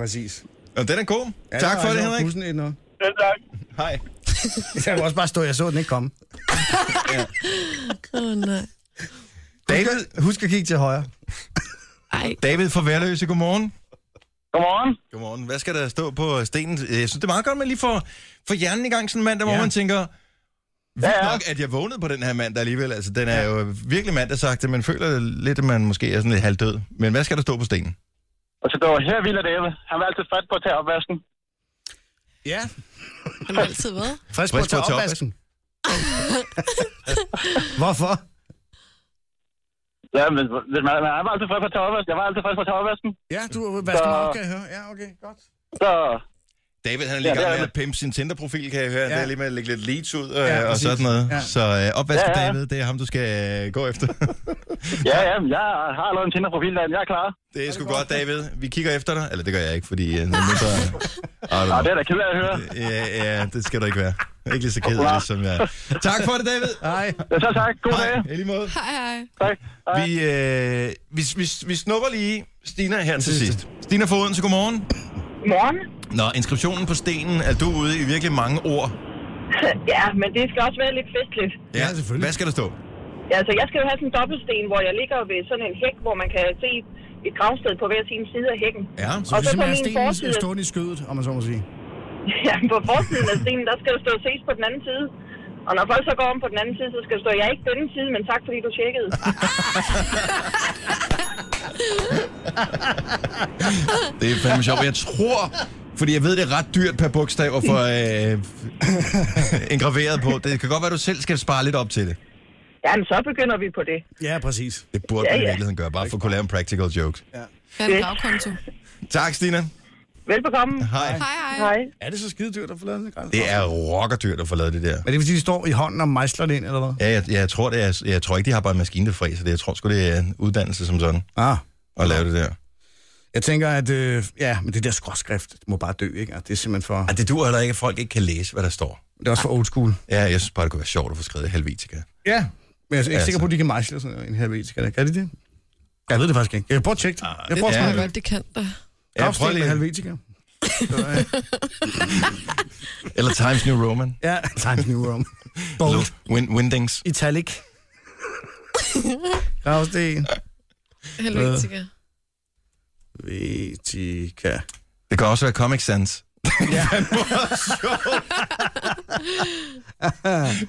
[SPEAKER 2] Præcis.
[SPEAKER 4] Og den er god. Ja,
[SPEAKER 2] Ja,
[SPEAKER 4] tak
[SPEAKER 2] der
[SPEAKER 4] for
[SPEAKER 2] var
[SPEAKER 4] det,
[SPEAKER 2] altså
[SPEAKER 4] Henrik.
[SPEAKER 2] Bussen ind nu.
[SPEAKER 11] Den tak.
[SPEAKER 4] Hej.
[SPEAKER 2] Jeg kunne også bare stå, jeg så den ikke komme.
[SPEAKER 3] Åh, oh, nej.
[SPEAKER 4] David,
[SPEAKER 2] Husk at kigge til højre.
[SPEAKER 3] Ej.
[SPEAKER 4] David fra Værløse, godmorgen.
[SPEAKER 11] Godmorgen.
[SPEAKER 4] Godmorgen. Hvad skal der stå på stenen? Jeg synes, det er meget godt, at man lige får, får hjernen i gang sådan en mandag, ja. hvor
[SPEAKER 2] Ja.
[SPEAKER 4] man tænker, vildt
[SPEAKER 11] Ja, ja.
[SPEAKER 4] nok, at jeg vågnede på den her mandag alligevel. Altså, den er jo virkelig mandagsagtig, men føler lidt, at man måske er sådan lidt halvdød. Men hvad skal der stå på stenen?
[SPEAKER 12] Og så der var her Villa Dave. Han var altid fat på at tage opvasken.
[SPEAKER 2] Ja.
[SPEAKER 3] Det har altid været.
[SPEAKER 2] Frisk på at tage opvasken. Hvorfor?
[SPEAKER 11] Ja, men hvis man, man er altid frisk på at tage opvasken. Jeg var altid frisk på at tage opvasken.
[SPEAKER 2] Ja, du vasker mig op, kan jeg høre. Ja, okay, godt.
[SPEAKER 11] Så
[SPEAKER 4] David, han er lige i
[SPEAKER 11] Ja, det
[SPEAKER 4] gang
[SPEAKER 11] er
[SPEAKER 4] med at
[SPEAKER 11] det.
[SPEAKER 4] pimpe sin Tinder-profil, kan jeg høre. Ja. Det er lige med at lægge lidt leads ud og,
[SPEAKER 2] Ja,
[SPEAKER 4] ja, og
[SPEAKER 2] præcis.
[SPEAKER 4] sådan noget.
[SPEAKER 2] Ja.
[SPEAKER 4] Ja. Så øh, opvasken, ja,
[SPEAKER 11] Ja, ja.
[SPEAKER 4] ja. David, det er ham, du skal øh, gå efter.
[SPEAKER 11] ja, ja, men jeg har lavet en Tinder-profil, der jeg er klar.
[SPEAKER 4] det er sgu godt, David. Vi kigger efter dig. Eller det gør jeg ikke, fordi... Øh, nu så, øh,
[SPEAKER 11] Og det er da ked af at høre.
[SPEAKER 4] ja, ja, det skal du ikke være. Ikke lige så ked af det, som jeg er. Tak for det, David.
[SPEAKER 2] Hej.
[SPEAKER 11] Ja, så tak. God dag.
[SPEAKER 4] Hej, i lige måde.
[SPEAKER 3] Hej, hej.
[SPEAKER 11] Tak. Hej.
[SPEAKER 4] Vi, øh, vi, vi, vi snupper lige Stina her til sidst. Stina Foden, så godmorgen.
[SPEAKER 13] Morgen.
[SPEAKER 4] Nå, inskriptionen på stenen, er du ude i virkelig mange ord.
[SPEAKER 13] ja, men det skal også være lidt festligt.
[SPEAKER 2] Ja, selvfølgelig.
[SPEAKER 4] Hvad skal der stå?
[SPEAKER 13] Ja, altså, jeg skal jo have sådan en dobbeltsten, hvor jeg ligger ved sådan en hæk, hvor man kan se et gravsted på hver sin side af hækken.
[SPEAKER 4] Ja,
[SPEAKER 2] Så
[SPEAKER 13] Og
[SPEAKER 2] du
[SPEAKER 13] så på
[SPEAKER 2] simpelthen har
[SPEAKER 13] min
[SPEAKER 2] stenen
[SPEAKER 13] forside.
[SPEAKER 2] stående i skødet, om man så må sige.
[SPEAKER 13] Ja, på forsiden af stenen, der skal jo stå ses på den anden side. Og når folk så går om på den anden side, så skal der stå, jeg er ikke denne side, men tak fordi du tjekkede.
[SPEAKER 4] Det er fandme sjovt. Jeg tror, fordi jeg ved, det er ret dyrt per bogstav at få øh, engraveret på. Det kan godt være, du selv skal spare lidt op til det.
[SPEAKER 13] Ja, men så begynder vi på det.
[SPEAKER 2] Ja, præcis.
[SPEAKER 4] Det burde
[SPEAKER 13] Ja,
[SPEAKER 4] man i
[SPEAKER 13] ja.
[SPEAKER 4] virkeligheden gøre, bare for at kunne lave en practical joke.
[SPEAKER 3] Jeg er en bagkonto.
[SPEAKER 4] Tak, Stina.
[SPEAKER 13] Velbekomme.
[SPEAKER 4] Hej.
[SPEAKER 3] Hej, hej.
[SPEAKER 13] Hej.
[SPEAKER 2] Er det så skide dyrt at få lavet den græs?
[SPEAKER 4] Det er rockerdyrt at få lavet det der.
[SPEAKER 2] Men det er fordi, de står i hånden og mejsler det ind, eller hvad?
[SPEAKER 4] Ja, jeg, jeg, tror, det er, jeg tror ikke, de har bare en maskine, der fræser det. Jeg tror sgu, det er en uddannelse som sådan
[SPEAKER 2] Ah.
[SPEAKER 4] at lave det der.
[SPEAKER 2] Jeg tænker, at øh, ja, men det der skråskrift det må bare dø, ikke? Altså, det er simpelthen for...
[SPEAKER 4] Ej, det duer heller ikke, at folk ikke kan læse, hvad der står.
[SPEAKER 2] Det er også for old school.
[SPEAKER 4] Ja, jeg synes bare, det kunne være sjovt at få skrevet Helvetica.
[SPEAKER 2] Ja, men jeg er ikke
[SPEAKER 4] Altså.
[SPEAKER 2] sikker på, at de kan mejsle sådan noget, en helvetica. Kan de det? Jeg ved det faktisk ikke. Jeg prøver at tjekke det. Jeg
[SPEAKER 4] det
[SPEAKER 2] prøver at
[SPEAKER 4] er
[SPEAKER 2] skrive
[SPEAKER 4] vel.
[SPEAKER 3] Jeg
[SPEAKER 2] det.
[SPEAKER 3] godt, det kan dig.
[SPEAKER 4] Ja, prøv
[SPEAKER 2] Gravsten med
[SPEAKER 4] lige.
[SPEAKER 2] helvetica. Så, øh,
[SPEAKER 4] Eller Times New Roman.
[SPEAKER 2] Ja, Times New Roman. Bold.
[SPEAKER 4] Win- Windings.
[SPEAKER 2] Italic. Gravsten.
[SPEAKER 3] Helvede, sikkert.
[SPEAKER 2] Vetica.
[SPEAKER 4] Det kan også være Comic Sans. Ja.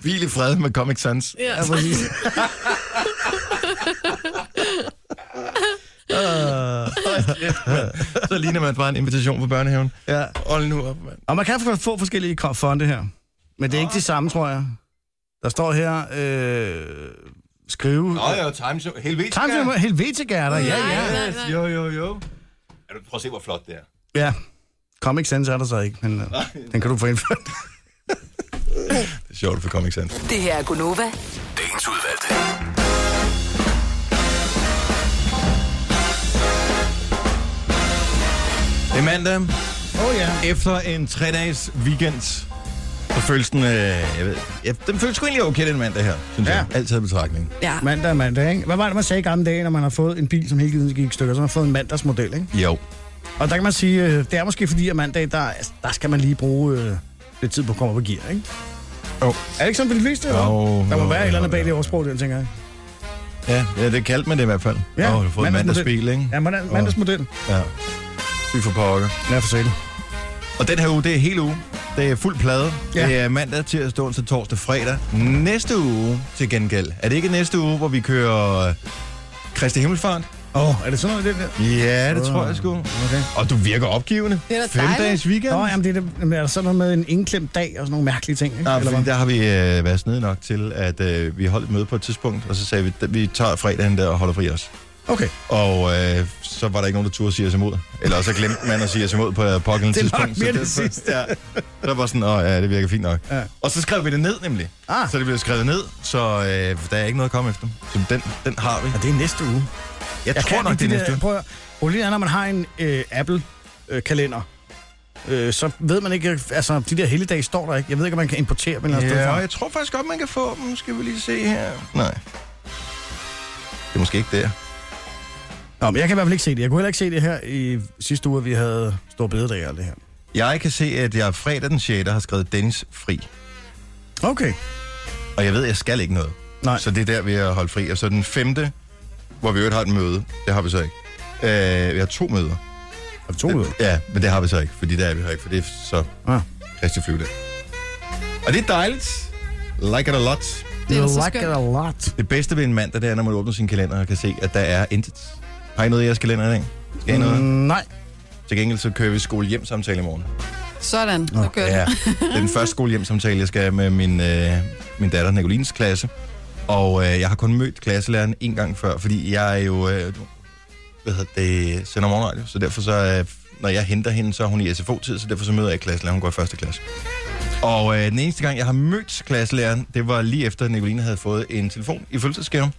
[SPEAKER 4] Hvil i fred med Comic Sans.
[SPEAKER 3] Ja.
[SPEAKER 2] Ja, præcis.
[SPEAKER 4] Så ligner man bare en invitation fra børnehaven.
[SPEAKER 2] ja.
[SPEAKER 4] Hold nu op, mand.
[SPEAKER 2] Og man kan få- få forskellige ko- fonde her. Men det er ikke de samme, tror jeg. Der står her, øh, skrive...
[SPEAKER 4] Nå jo, Times New... Helvetica.
[SPEAKER 2] Times New Helvetica er der, ja, ja.
[SPEAKER 3] Nej, nej, nej.
[SPEAKER 4] Jo, jo, jo. Ja, du- Prøv at se, hvor flot det er.
[SPEAKER 2] Ja. Comic Sans er der så ikke, men øh, den kan du få indført.
[SPEAKER 4] Det er sjovt for Comic Sans.
[SPEAKER 5] Det her er Gunova.
[SPEAKER 10] Dagens udvalgte.
[SPEAKER 4] Det er mandag.
[SPEAKER 2] Åh oh, ja.
[SPEAKER 4] Efter en tre-dages weekend, så føles den... Øh, jeg ved, ja, den føles sgu egentlig okay, den mandag her, synes
[SPEAKER 2] Ja.
[SPEAKER 4] ja. jeg. Altid i betragtning.
[SPEAKER 3] Ja.
[SPEAKER 2] Mandag er mandag, ikke? Hvad var det, man sagde i gamle dage, når man har fået en bil, som hele tiden gik i stykker, så har man fået en mandagsmodel, ikke?
[SPEAKER 4] Jo.
[SPEAKER 2] Og der kan man sige, øh, det er måske fordi, at mandag, der, altså, der skal man lige bruge øh, lidt tid på at komme op og gear, ikke?
[SPEAKER 4] Jo.
[SPEAKER 2] Er det ikke sådan for de fleste? eller?
[SPEAKER 4] Jo,
[SPEAKER 2] der må
[SPEAKER 4] jo,
[SPEAKER 2] være et eller
[SPEAKER 4] jo,
[SPEAKER 2] andet bag det
[SPEAKER 4] jo,
[SPEAKER 2] ordsprog, der, tænker jeg.
[SPEAKER 4] Ja, ja, det kaldte man det i hvert fald.
[SPEAKER 2] Ja,
[SPEAKER 4] Åh, du har fået en
[SPEAKER 2] mandagsmodel.
[SPEAKER 4] mandagsbil, ikke?
[SPEAKER 2] Ja, mand- mandagsmodel.
[SPEAKER 4] Ja. Fy for pokker.
[SPEAKER 2] Ja, for sale.
[SPEAKER 4] Og den her uge, det er hele uge. Det er fuld plade.
[SPEAKER 2] Ja.
[SPEAKER 4] Ja. Det er mandag, tirsdag, onsdag, torsdag, fredag. Næste uge til gengæld. Er det ikke næste uge, hvor vi kører øh, Kristi Himmelfart?
[SPEAKER 2] Åh, er det sådan noget, det der?
[SPEAKER 4] Ja, det
[SPEAKER 2] Åh,
[SPEAKER 4] tror jeg sgu.
[SPEAKER 2] Okay.
[SPEAKER 4] Og du virker opgivende.
[SPEAKER 3] Det er da
[SPEAKER 4] Fem
[SPEAKER 3] dejligt.
[SPEAKER 4] dages weekend.
[SPEAKER 2] Nå, jamen, det er, det, jamen, er der sådan noget med en indklemt dag og sådan nogle mærkelige ting, ikke?
[SPEAKER 4] Nej, fordi
[SPEAKER 2] hvad?
[SPEAKER 4] der har vi øh, været snede nok til, at øh, vi holdt et møde på et tidspunkt, og så sagde vi, at vi tager fredagen der og holder fri os.
[SPEAKER 2] Okay.
[SPEAKER 4] Og øh, så var der ikke nogen, der turde sige os imod. Eller så glemte man at sige os imod på øh, pågældende
[SPEAKER 2] Det er nok
[SPEAKER 4] tidspunkt.
[SPEAKER 2] mere det
[SPEAKER 4] så
[SPEAKER 2] sidste.
[SPEAKER 4] Ja, så var sådan, åh ja, det virker fint nok.
[SPEAKER 2] Ja.
[SPEAKER 4] Ja. Og så skrev vi det ned nemlig.
[SPEAKER 2] Ah.
[SPEAKER 4] Ah. Så det blev skrevet ned, så øh, der er ikke noget at komme efter. Så den, den har vi.
[SPEAKER 2] Og det er næste uge.
[SPEAKER 4] Jeg, jeg tror
[SPEAKER 2] kan
[SPEAKER 4] nok,
[SPEAKER 2] ikke
[SPEAKER 4] det er
[SPEAKER 2] de
[SPEAKER 4] næste
[SPEAKER 2] der-
[SPEAKER 4] uge.
[SPEAKER 2] Prøv at, prøv lige, når man har en øh, Apple-kalender, øh, så ved man ikke, altså de der helligdage står der ikke. Jeg ved ikke, om man kan importere dem eller
[SPEAKER 4] Ja, og
[SPEAKER 2] noget.
[SPEAKER 4] jeg tror faktisk godt, man kan få dem. Skal vi lige se her. Nej. Det er måske ikke der.
[SPEAKER 2] Nå, men jeg kan i hvert fald ikke se det. Jeg kunne heller ikke se det her i sidste uge, at vi havde store bededag og alt det her.
[SPEAKER 4] Jeg kan se, at jeg fredag den 6. har skrevet Dennis fri.
[SPEAKER 2] Okay.
[SPEAKER 4] Og jeg ved, at jeg skal ikke noget.
[SPEAKER 2] Nej.
[SPEAKER 4] Så det er der, vi har holdt fri. Og så den femte, hvor vi i øvrigt har et møde. Det har vi så ikke. Øh, vi har to møder.
[SPEAKER 2] Har vi to uger?
[SPEAKER 4] Ja, men det har vi så ikke, fordi der er vi her ikke, for det er så
[SPEAKER 2] Ja.
[SPEAKER 4] Kristi Flyvdag. Og det er dejligt. Like it a lot.
[SPEAKER 3] Det er
[SPEAKER 2] You
[SPEAKER 3] da så
[SPEAKER 2] like it
[SPEAKER 3] skønt.
[SPEAKER 2] a lot.
[SPEAKER 4] Det bedste ved en mandag, det er, når man åbner sin kalender og kan se, at der er intet. Har I noget i jeres kalender i dag? Skal I noget?
[SPEAKER 2] Mm, nej.
[SPEAKER 4] Til gengæld så kører vi skole hjem samtale i morgen.
[SPEAKER 14] Sådan, nu kører
[SPEAKER 4] Ja,
[SPEAKER 14] den.
[SPEAKER 4] den første skolehjemsamtale, jeg skal have med min, øh, min datter Nicolines klasse. Og øh, jeg har kun mødt klasselæreren en gang før, fordi jeg er jo, øh, hvad hedder det, sender morgenradio, så derfor så, øh, når jeg henter hende, så er hun i SFO-tid, så derfor så møder jeg klasselæreren, hun går i første klasse. Og øh, den eneste gang, jeg har mødt klasselæreren, det var lige efter, at Nicoline havde fået en telefon i fødselsdagsgave,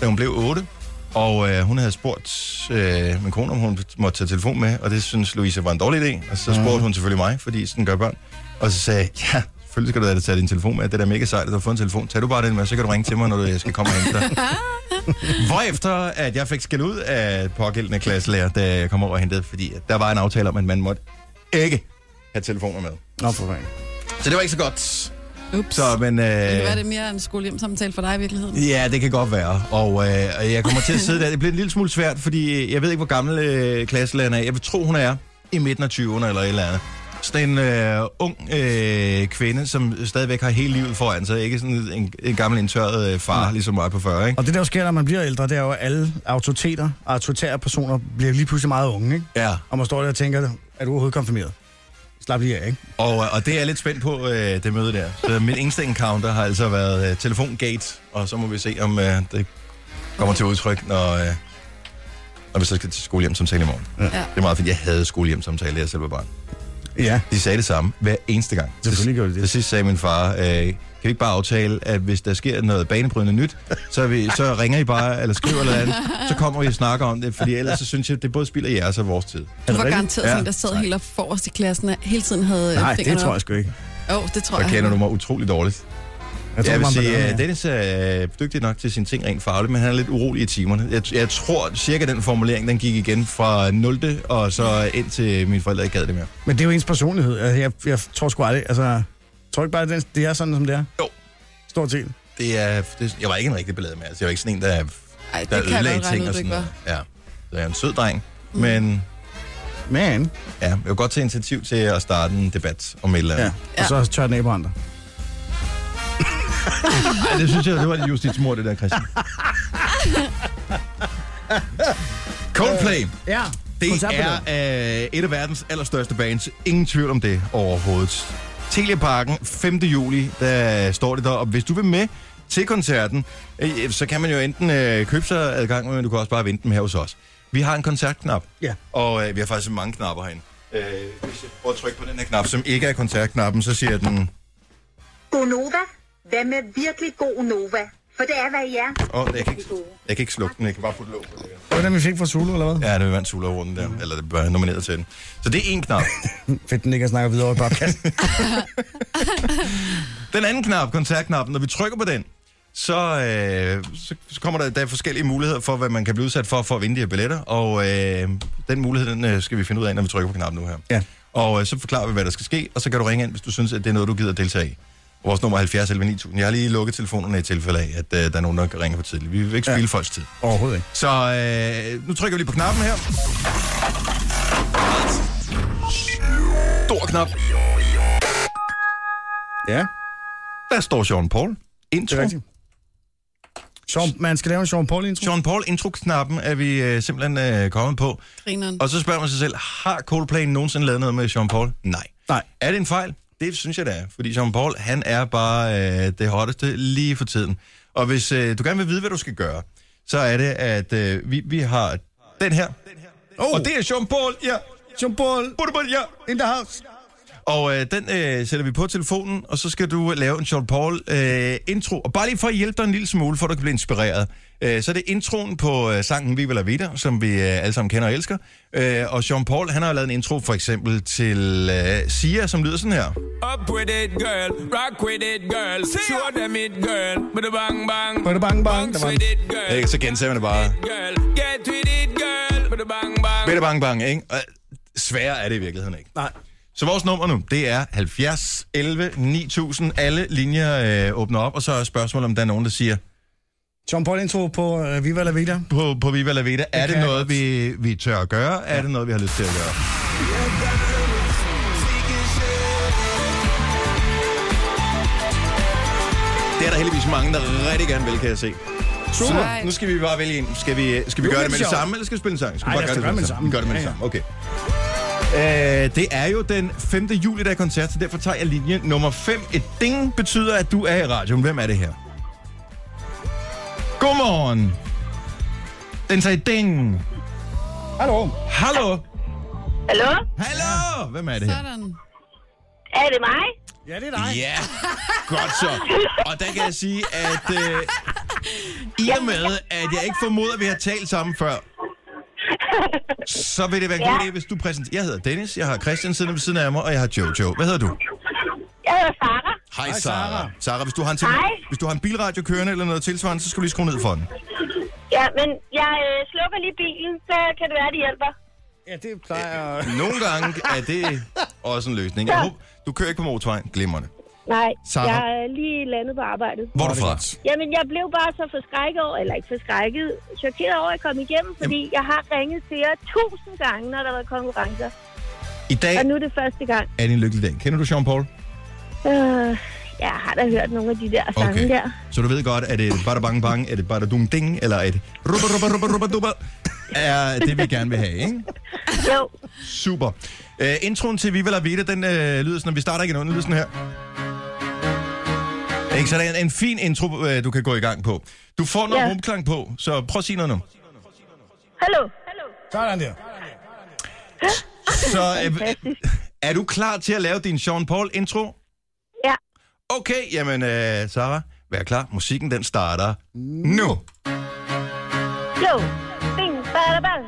[SPEAKER 4] da hun blev 8. Og øh, hun havde spurgt øh, min kone, om hun måtte tage telefon med, og det synes Louise var en dårlig idé. Og så spurgte hun selvfølgelig mig, fordi sådan gør børn. Og så sagde jeg, ja, selvfølgelig skal du da tage din telefon med. Det er da mega sejt, at du har fået en telefon. Tag du bare den med, så kan du ringe til mig, når du øh, skal komme og hente dig. Hvorefter, at jeg fik skæld ud af pågældende klasselærer, da jeg kom over og hentede, fordi at der var en aftale om, at man måtte ikke have telefoner med.
[SPEAKER 2] Nå, for fanden.
[SPEAKER 4] Så det var ikke så godt.
[SPEAKER 14] Ups.
[SPEAKER 4] Så, men, øh,
[SPEAKER 14] Det kan være, det er mere en skolehjemsamtale for dig i virkeligheden.
[SPEAKER 4] Ja, det kan godt være. Og øh, og jeg kommer til at sidde der. Det bliver en lille smule svært, fordi jeg ved ikke, hvor gammel øh, klasselæreren er. Jeg vil tro, hun er i midten af 20'erne eller et eller andet. Sådan en øh, ung øh, kvinde, som stadigvæk har hele livet foran sig. Ikke sådan en, en gammel indtørret øh, far, mm. ligesom mig på 40, ikke?
[SPEAKER 2] Og det der jo sker, når man bliver ældre, det er jo, at alle autoriteter og autoritære personer bliver lige pludselig meget unge, ikke?
[SPEAKER 4] Ja.
[SPEAKER 2] Og man står der og tænker, er du overhovedet konfirmeret? Slap lige af, ikke?
[SPEAKER 4] Og, øh, og det er jeg lidt spændt på, øh, det møde der. Så min eneste encounter har altså været øh, telefongate, og så må vi se, om øh, det kommer til udtryk, når, øh, når vi så skal til skolehjemsamtale i morgen. Ja. Det er meget fint. Jeg havde skolehjemsamtale, da jeg selv var barn.
[SPEAKER 2] Ja.
[SPEAKER 4] De sagde det samme hver eneste gang. Selvfølgelig gjorde de det. Til sidst sagde min far, øh, kan vi ikke bare aftale, at hvis der sker noget banebrydende nyt, så, er vi, så ringer I bare, eller skriver eller andet, så kommer vi og snakker om det, fordi ellers så synes jeg, det både spilder jeres og vores tid.
[SPEAKER 14] Du var garanteret sådan en, der sad helt op forrest i klassen, og hele tiden havde øh,
[SPEAKER 4] Nej, det
[SPEAKER 14] fingrene
[SPEAKER 4] tror
[SPEAKER 14] op.
[SPEAKER 4] jeg sgu ikke.
[SPEAKER 14] Jo, oh, det tror
[SPEAKER 4] Så
[SPEAKER 14] jeg.
[SPEAKER 4] kender du mig utrolig dårligt.
[SPEAKER 2] Jeg
[SPEAKER 4] Jeg,
[SPEAKER 2] tror,
[SPEAKER 4] jeg vil
[SPEAKER 2] man
[SPEAKER 4] sige, øh,
[SPEAKER 2] belønner,
[SPEAKER 4] at
[SPEAKER 2] ja.
[SPEAKER 4] Dennis er dygtig nok til sine ting rent fagligt, men han er lidt urolig i timerne. Jeg, jeg tror cirka den formulering, den gik igen fra 0. og så ind til mine forældre ikke gad det mere.
[SPEAKER 2] Men det er jo ens personlighed. Altså, jeg, jeg tror sgu aldrig, altså... Tror du ikke bare, at det, det er sådan, som det er?
[SPEAKER 4] Jo.
[SPEAKER 2] Stort set.
[SPEAKER 4] Det er, det, jeg var ikke en rigtig ballade med, altså jeg var ikke sådan en, der,
[SPEAKER 14] Ej,
[SPEAKER 2] kan
[SPEAKER 4] der
[SPEAKER 2] jeg godt
[SPEAKER 4] ødelagde
[SPEAKER 2] regne
[SPEAKER 4] ting
[SPEAKER 2] ud,
[SPEAKER 4] og
[SPEAKER 2] du
[SPEAKER 4] sådan
[SPEAKER 2] ikke Mm.
[SPEAKER 4] noget. Ja. Så jeg er en sød dreng, men...
[SPEAKER 2] Man.
[SPEAKER 4] Ja, jeg vil godt tage initiativ til at starte en debat om et eller andet.
[SPEAKER 2] Og så tør den af på andre.
[SPEAKER 4] Ej, det synes jeg, det var en justitsmord, det der, Christian. Coldplay.
[SPEAKER 2] Ja.
[SPEAKER 4] Det er
[SPEAKER 2] koncertbillet.
[SPEAKER 4] øh, et af verdens allerstørste bands. Ingen tvivl om det overhovedet. Teleparken 5. juli, der står det der. Og hvis du vil med til koncerten, øh, så kan man jo enten øh, købe sig adgang, men du kan også bare vente dem her hos os. Vi har en koncertknap.
[SPEAKER 2] Ja.
[SPEAKER 4] Og øh, vi har faktisk mange knapper herinde. Øh, hvis jeg prøver at trykke på den her knap, som ikke er koncertknappen, så siger den...
[SPEAKER 15] Gonova. Hvad med virkelig god Nova? For det er, hvad I er.
[SPEAKER 4] Åh, oh, jeg, kan ikke, jeg kan ikke slukke den, jeg kan bare putte låg på det.
[SPEAKER 2] Det var den, vi fik fra Zulu, eller hvad?
[SPEAKER 4] Ja, det var en Sula-runden der, eller det var nomineret til den. Så det er en knap.
[SPEAKER 2] Fedt, den ikke snakker videre over i podcasten.
[SPEAKER 4] Den anden knap, kontaktknappen, når vi trykker på den, så, øh, så, så kommer der, der er forskellige muligheder for, hvad man kan blive udsat for, for at vinde de her billetter. Og øh, den mulighed, den øh, skal vi finde ud af, når vi trykker på knappen nu her.
[SPEAKER 2] Ja.
[SPEAKER 4] Og øh, så forklarer vi, hvad der skal ske, og så kan du ringe ind, hvis du synes, at det er noget, du gider deltage i. Vores nummer er 70 11 9000. Jeg har lige lukket telefonerne i tilfælde af, at øh, der er nogen, der ringer for tidligt. Vi vil ikke spille ja. folks tid.
[SPEAKER 2] Overhovedet ikke.
[SPEAKER 4] Så øh, nu trykker vi lige på knappen her. Stor knap.
[SPEAKER 2] Ja.
[SPEAKER 4] Der står Sean Paul. Intro.
[SPEAKER 2] Det er rigtigt. Sean, man skal lave en Sean Paul intro.
[SPEAKER 4] Sean Paul intro-knappen er vi øh, simpelthen øh, kommet på.
[SPEAKER 14] Grineren.
[SPEAKER 4] Og så spørger man sig selv, har Coldplay nogensinde lavet noget med Sean Paul? Nej.
[SPEAKER 2] Nej.
[SPEAKER 4] Er det en fejl? Det synes jeg, det er. Fordi Sean Paul, han er bare øh, det hotteste lige for tiden. Og hvis øh, du gerne vil vide, hvad du skal gøre, så er det, at øh, vi, vi har den her.
[SPEAKER 2] Oh.
[SPEAKER 4] Og det er Sean Paul, ja.
[SPEAKER 2] Sean Paul.
[SPEAKER 4] Butter, ja.
[SPEAKER 2] In the house.
[SPEAKER 4] Og øh, den øh, sætter vi på telefonen, og så skal du lave en Sean Paul øh, intro. Og bare lige for at hjælpe dig en lille smule, for at du kan blive inspireret, øh, så er det introen på øh, sangen Viva la Vida, som vi øh, alle sammen kender og elsker. Øh, og Sean Paul, han har jo lavet en intro for eksempel til øh, Sia, som lyder sådan her.
[SPEAKER 16] Up with it, girl. Rock with it, girl. Show them it, girl. Bada bang bang.
[SPEAKER 2] Bada bang bang.
[SPEAKER 16] Bounce with it, girl.
[SPEAKER 4] Ikke? Så gentager man det bare.
[SPEAKER 16] girl. Get with it, girl. Bada bang bang.
[SPEAKER 4] Bitte bang bang, ikke? Og, øh, sværere er det i virkeligheden ikke.
[SPEAKER 2] Nej.
[SPEAKER 4] Så vores nummer nu, det er 70 11 9000. Alle linjer øh, åbner op, og så er spørgsmålet, om der er nogen, der siger,
[SPEAKER 2] Sean Paul intro på øh, Viva La Vida.
[SPEAKER 4] på, på Viva La Vida. Er det
[SPEAKER 2] kan jeg
[SPEAKER 4] noget, vi, vi tør at gøre? Er det noget, vi har lyst til at gøre? Det er der heldigvis mange, der rigtig gerne vil, kan jeg se.
[SPEAKER 2] Super.
[SPEAKER 4] Nu skal vi bare vælge en. Skal vi, skal vi
[SPEAKER 2] Nu
[SPEAKER 4] gøre
[SPEAKER 2] er
[SPEAKER 4] det med det
[SPEAKER 2] det sjovt.
[SPEAKER 4] samme, eller skal vi spille en sang? Skal vi
[SPEAKER 2] Ej,
[SPEAKER 4] bare
[SPEAKER 2] lad os da
[SPEAKER 4] med
[SPEAKER 2] gøre
[SPEAKER 4] det
[SPEAKER 2] det med det
[SPEAKER 4] Vi gør det med det
[SPEAKER 2] samme.
[SPEAKER 4] samme. Okay. Øh, det er jo den 5. juli, der er koncert, så derfor tager jeg linje nummer 5. Et ding betyder, at du er i radioen. Hvem er det her? Godmorgen. Den sagde ding.
[SPEAKER 17] Hallo.
[SPEAKER 4] Hallo.
[SPEAKER 17] Hallo.
[SPEAKER 4] Hallo. Hvem er det her? Sådan.
[SPEAKER 17] Er det mig?
[SPEAKER 2] Ja, det er dig.
[SPEAKER 4] Ja, godt så. Og der kan jeg sige, at øh, i og med, at jeg ikke formoder, at vi har talt sammen før, så vil det være en god idé, hvis du præsenterer... Jeg hedder Dennis, jeg har Christian siden ved siden af mig, og jeg har Jojo. Hvad hedder du?
[SPEAKER 17] Jeg hedder Sara.
[SPEAKER 4] Hej, Sara. Sara, hvis du har en, tele-
[SPEAKER 17] Hej.
[SPEAKER 4] hvis du har en bilradio kørende eller noget tilsvarende, så skal du lige skrue ned for den.
[SPEAKER 17] Ja, men jeg øh, slukker lige bilen, så kan det være, det hjælper.
[SPEAKER 2] Ja, det plejer...
[SPEAKER 4] Nogle gange er det også en løsning. Jeg håber, du kører ikke på motorvejen. Glimrende.
[SPEAKER 17] Nej,
[SPEAKER 4] Sara.
[SPEAKER 17] jeg er lige landet på arbejdet.
[SPEAKER 4] Hvor er du fra?
[SPEAKER 17] Jamen, jeg blev bare så forskrækket over, eller ikke forskrækket, chokeret over at komme igennem, fordi Jamen. jeg har ringet til jer tusind gange, når der var konkurrencer.
[SPEAKER 4] I dag
[SPEAKER 17] Og nu er det første gang.
[SPEAKER 4] er det en lykkelig dag. Kender du Jean-Paul?
[SPEAKER 17] Øh, jeg har da hørt nogle af de der sange okay. der.
[SPEAKER 4] Så du ved godt, er det bare bang bang, er det bare dung ding, eller et rubba rubba rubba rubba dubba, er det, vi gerne vil have, ikke?
[SPEAKER 17] Jo.
[SPEAKER 4] Super. Uh, introen til Viva La Vida, den uh, lyder sådan, når vi starter igen under, lyder sådan her. Ikke, så der er en, en fin intro, uh, du kan gå i gang på. Du får noget
[SPEAKER 17] Ja.
[SPEAKER 4] yeah. rumklang på, så prøv at sige noget nu.
[SPEAKER 17] Hallo. Hallo.
[SPEAKER 2] Sådan der.
[SPEAKER 4] Så uh, er du klar til at lave din Sean Paul intro?
[SPEAKER 17] Ja.
[SPEAKER 4] Okay, jamen uh, Sara, vær klar. Musikken den starter nu.
[SPEAKER 17] Hallo. Ding, bada, bang.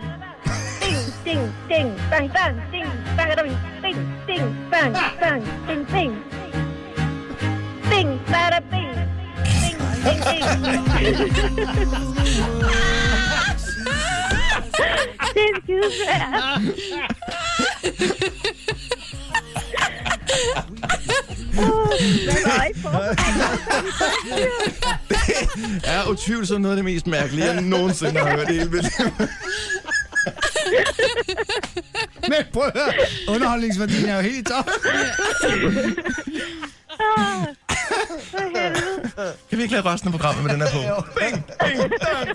[SPEAKER 17] Ding, ding, ding, bang, bang. Ding, bang, ding, ding, ding, bang, bang. Ding, ding. Ding, bada, bing. Ding, ding, ding. Det er skidesvært. Åh, Hvad var I for?
[SPEAKER 4] er utvivlsomt noget af det mest mærkelige, jeg nogensinde har hørt i hele mit liv.
[SPEAKER 2] Men prøv at høre, underholdningsværdien er jo helt i top.
[SPEAKER 17] Ah, for helvede.
[SPEAKER 4] Kan vi ikke lade resten af programmet med den her på? Bing, bing, bang.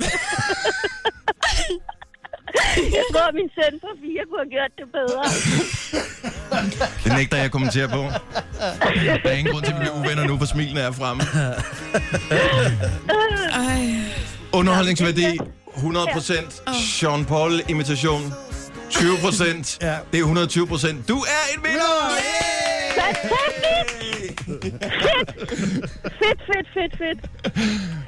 [SPEAKER 17] Jeg tror, min søn på fire kunne have gjort det bedre.
[SPEAKER 4] Det nægter jeg at kommentere på. Der er ingen grund til, at vi bliver uvenner nu, for smilene er fremme. Underholdningsværdi 100%, Sean Paul imitation 20%, det er 120%. Du er en vinder!
[SPEAKER 17] Fantastisk! Fedt! Fedt, fedt, fedt,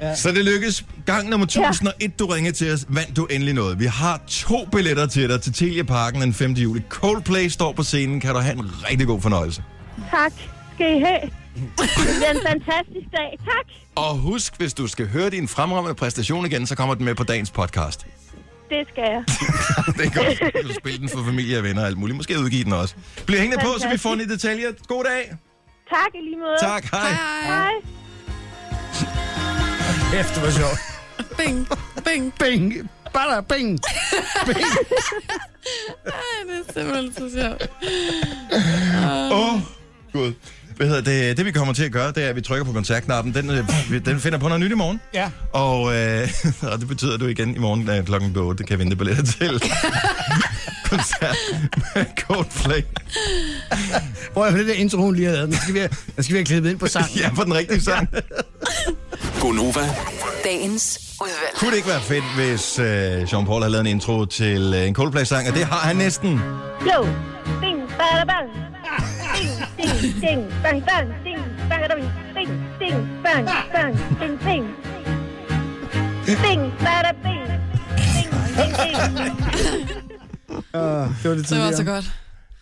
[SPEAKER 17] fedt.
[SPEAKER 4] Så det lykkes. Gang nummer 1001, du ringer til os, vandt du endelig noget. Vi har to billetter til dig til Telia Parken den 5. juli. Coldplay står på scenen. Kan du have en rigtig god fornøjelse.
[SPEAKER 17] Tak skal I have. Det bliver en fantastisk dag. Tak.
[SPEAKER 4] Og husk, hvis du skal høre din fremragende præstation igen, så kommer den med på dagens podcast.
[SPEAKER 17] Det skal jeg.
[SPEAKER 4] Det er godt. Du kan spille den for familie og venner og alt muligt. Måske udgive den også. Bliv hængende på, så vi
[SPEAKER 17] Fantastisk.
[SPEAKER 4] får en i detaljer. God dag.
[SPEAKER 17] Tak i lige måde.
[SPEAKER 4] Tak. Hej.
[SPEAKER 17] Hej.
[SPEAKER 2] Kæft, det var sjovt.
[SPEAKER 3] Bing, bing.
[SPEAKER 2] Bing, bada, bing.
[SPEAKER 3] Ej, det er simpelthen så sjovt.
[SPEAKER 4] Åh, oh, gud. Hvad hedder det? Det vi kommer til at gøre, det er, at vi trykker på kontaktknappen. Den, øh, vi- den finder på noget nyt i morgen.
[SPEAKER 2] Ja.
[SPEAKER 4] Og, øh, og det betyder, at du igen i morgen øh, klokken 8 det kan vinde billetter til koncert med Coldplay.
[SPEAKER 2] Prøv at høre det der intro, hun lige havde. Nu skal vi have, nu skal vi have klippet ind på sangen.
[SPEAKER 4] Ja, på den rigtige sang.
[SPEAKER 10] Gonova.
[SPEAKER 5] Dagens udvalg.
[SPEAKER 4] Kunne det ikke være fedt, hvis øh, Jean-Paul havde lavet en intro til øh, en Coldplay-sang? Og det har han næsten.
[SPEAKER 17] Jo. Ding, bada, bang. Ding, ding, ding, bang, bang. Ding, bang, ding, ding, ding, bang, bang. Ding, ding. Ding, bada, bing. Ding, ding, ding.
[SPEAKER 2] Uh, det var det
[SPEAKER 3] Det var
[SPEAKER 2] tidligere.
[SPEAKER 3] så godt.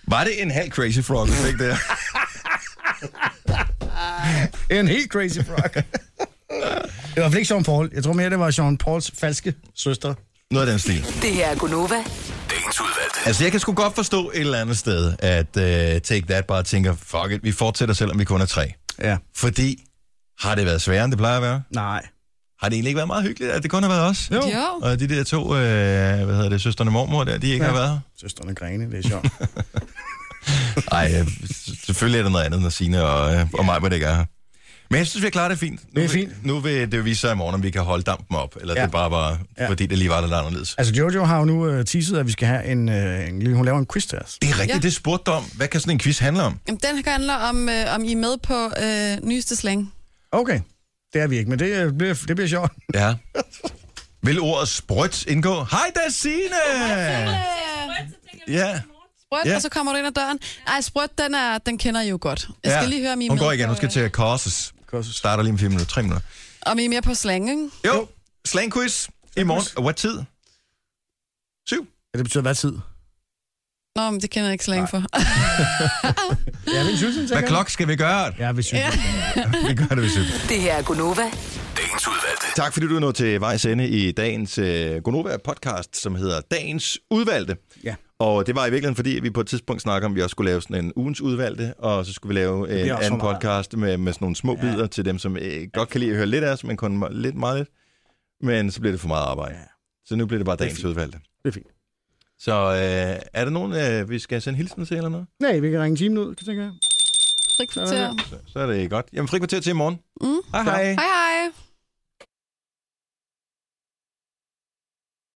[SPEAKER 4] Var det en halv Crazy Frog, du fik der?
[SPEAKER 2] En helt crazy frog. det var i hvert fald ikke Sean Paul. Jeg tror mere, det var Sean Pauls falske søster.
[SPEAKER 4] Noget af den stil.
[SPEAKER 5] Det her er Gunova.
[SPEAKER 10] Dagens udvalgte.
[SPEAKER 4] Altså, jeg kan sgu godt forstå et eller andet sted, at øh, Take That bare tænker, fuck it, vi fortsætter, selvom vi kun er tre.
[SPEAKER 2] Ja.
[SPEAKER 4] Fordi, har det været sværere, end det plejer at være?
[SPEAKER 2] Nej.
[SPEAKER 4] Har det egentlig ikke været meget hyggeligt, at det kun har været os?
[SPEAKER 2] Jo.
[SPEAKER 3] Jo.
[SPEAKER 4] Og de der to, øh, hvad hedder det, søsterne og mormor der, de ikke ja. har været her?
[SPEAKER 2] Søsterne Grene, det er sjovt.
[SPEAKER 4] Ej, øh, s- selvfølgelig er det noget andet, når Signe og, øh, og mig, hvor det ikke er her. Men jeg synes, vi har klaret det fint. Nu,
[SPEAKER 2] Det er
[SPEAKER 4] vil-
[SPEAKER 2] fint.
[SPEAKER 4] Nu vil det jo vise sig i morgen, om vi kan holde dampen op, eller ja.
[SPEAKER 2] Ja.
[SPEAKER 4] det bare var,
[SPEAKER 2] Ja.
[SPEAKER 4] fordi det lige var lidt anderledes.
[SPEAKER 2] Altså, Jojo har jo nu øh, teaset, at vi skal have en, øh, en lille... Hun laver en quiz til os.
[SPEAKER 4] Det er rigtigt, ja. det spurgte du om. Hvad kan sådan en quiz handle om?
[SPEAKER 3] Jamen, den her handler om, øh, om I er med på øh, nyeste slang.
[SPEAKER 2] Okay, det er vi ikke, men det, øh, bliver, det bliver sjovt.
[SPEAKER 4] Ja. Vil ordet sprødt indgå? Hej, der er Signe! Ja.
[SPEAKER 3] Sprødt,
[SPEAKER 4] Ja.
[SPEAKER 3] ja. og så kommer du ind ad døren. Ej, sprødt, den, er, den kender I jo godt. Jeg skal
[SPEAKER 4] ja.
[SPEAKER 3] lige høre, om I er
[SPEAKER 4] Hun
[SPEAKER 3] med
[SPEAKER 4] går igen,
[SPEAKER 3] på,
[SPEAKER 4] hun skal til Korses. Starter lige om 4 minutter, 3 minutter.
[SPEAKER 3] øh, om I er mere på slang, ikke?
[SPEAKER 4] Jo, slangquiz i morgen. Og Hvad tid? Syv.
[SPEAKER 2] Ja, det betyder hvad tid?
[SPEAKER 3] Nå, men det kender jeg ikke slang for.
[SPEAKER 2] Ja, vi synes,
[SPEAKER 4] Hvad klok skal vi gøre?
[SPEAKER 2] Ja, vi synes.
[SPEAKER 3] Ja.
[SPEAKER 4] Vi gør det, vi synes.
[SPEAKER 5] Det her er Gunova.
[SPEAKER 4] Tak fordi du er nået til vejs ende i dagens øh, Gonova-podcast, som hedder Dagens Udvalgte.
[SPEAKER 2] Ja.
[SPEAKER 4] Og det var i virkeligheden, fordi vi på et tidspunkt snakkede om, at vi også skulle lave sådan en ugens udvalgte, og så skulle vi lave øh, en
[SPEAKER 2] bliver også
[SPEAKER 4] anden
[SPEAKER 2] for meget.
[SPEAKER 4] podcast med, med sådan nogle små ja. bidder til dem, som øh, godt kan lide at høre lidt af os, men kun me- lidt meget lidt. Men så bliver det for meget arbejde. Ja. Så nu bliver det bare
[SPEAKER 2] er
[SPEAKER 4] Dagens
[SPEAKER 2] fint.
[SPEAKER 4] Udvalgte.
[SPEAKER 2] Det er fint.
[SPEAKER 4] Så øh, er der nogen, øh, vi skal sende hilsen til eller noget?
[SPEAKER 2] Nej, vi kan ringe timen ud, kan tænke jeg.
[SPEAKER 3] Frikvarter.
[SPEAKER 4] Så er det godt. Jamen, frikvarter til i morgen.
[SPEAKER 3] Mm.
[SPEAKER 4] Hej hej.
[SPEAKER 3] Hej, hej.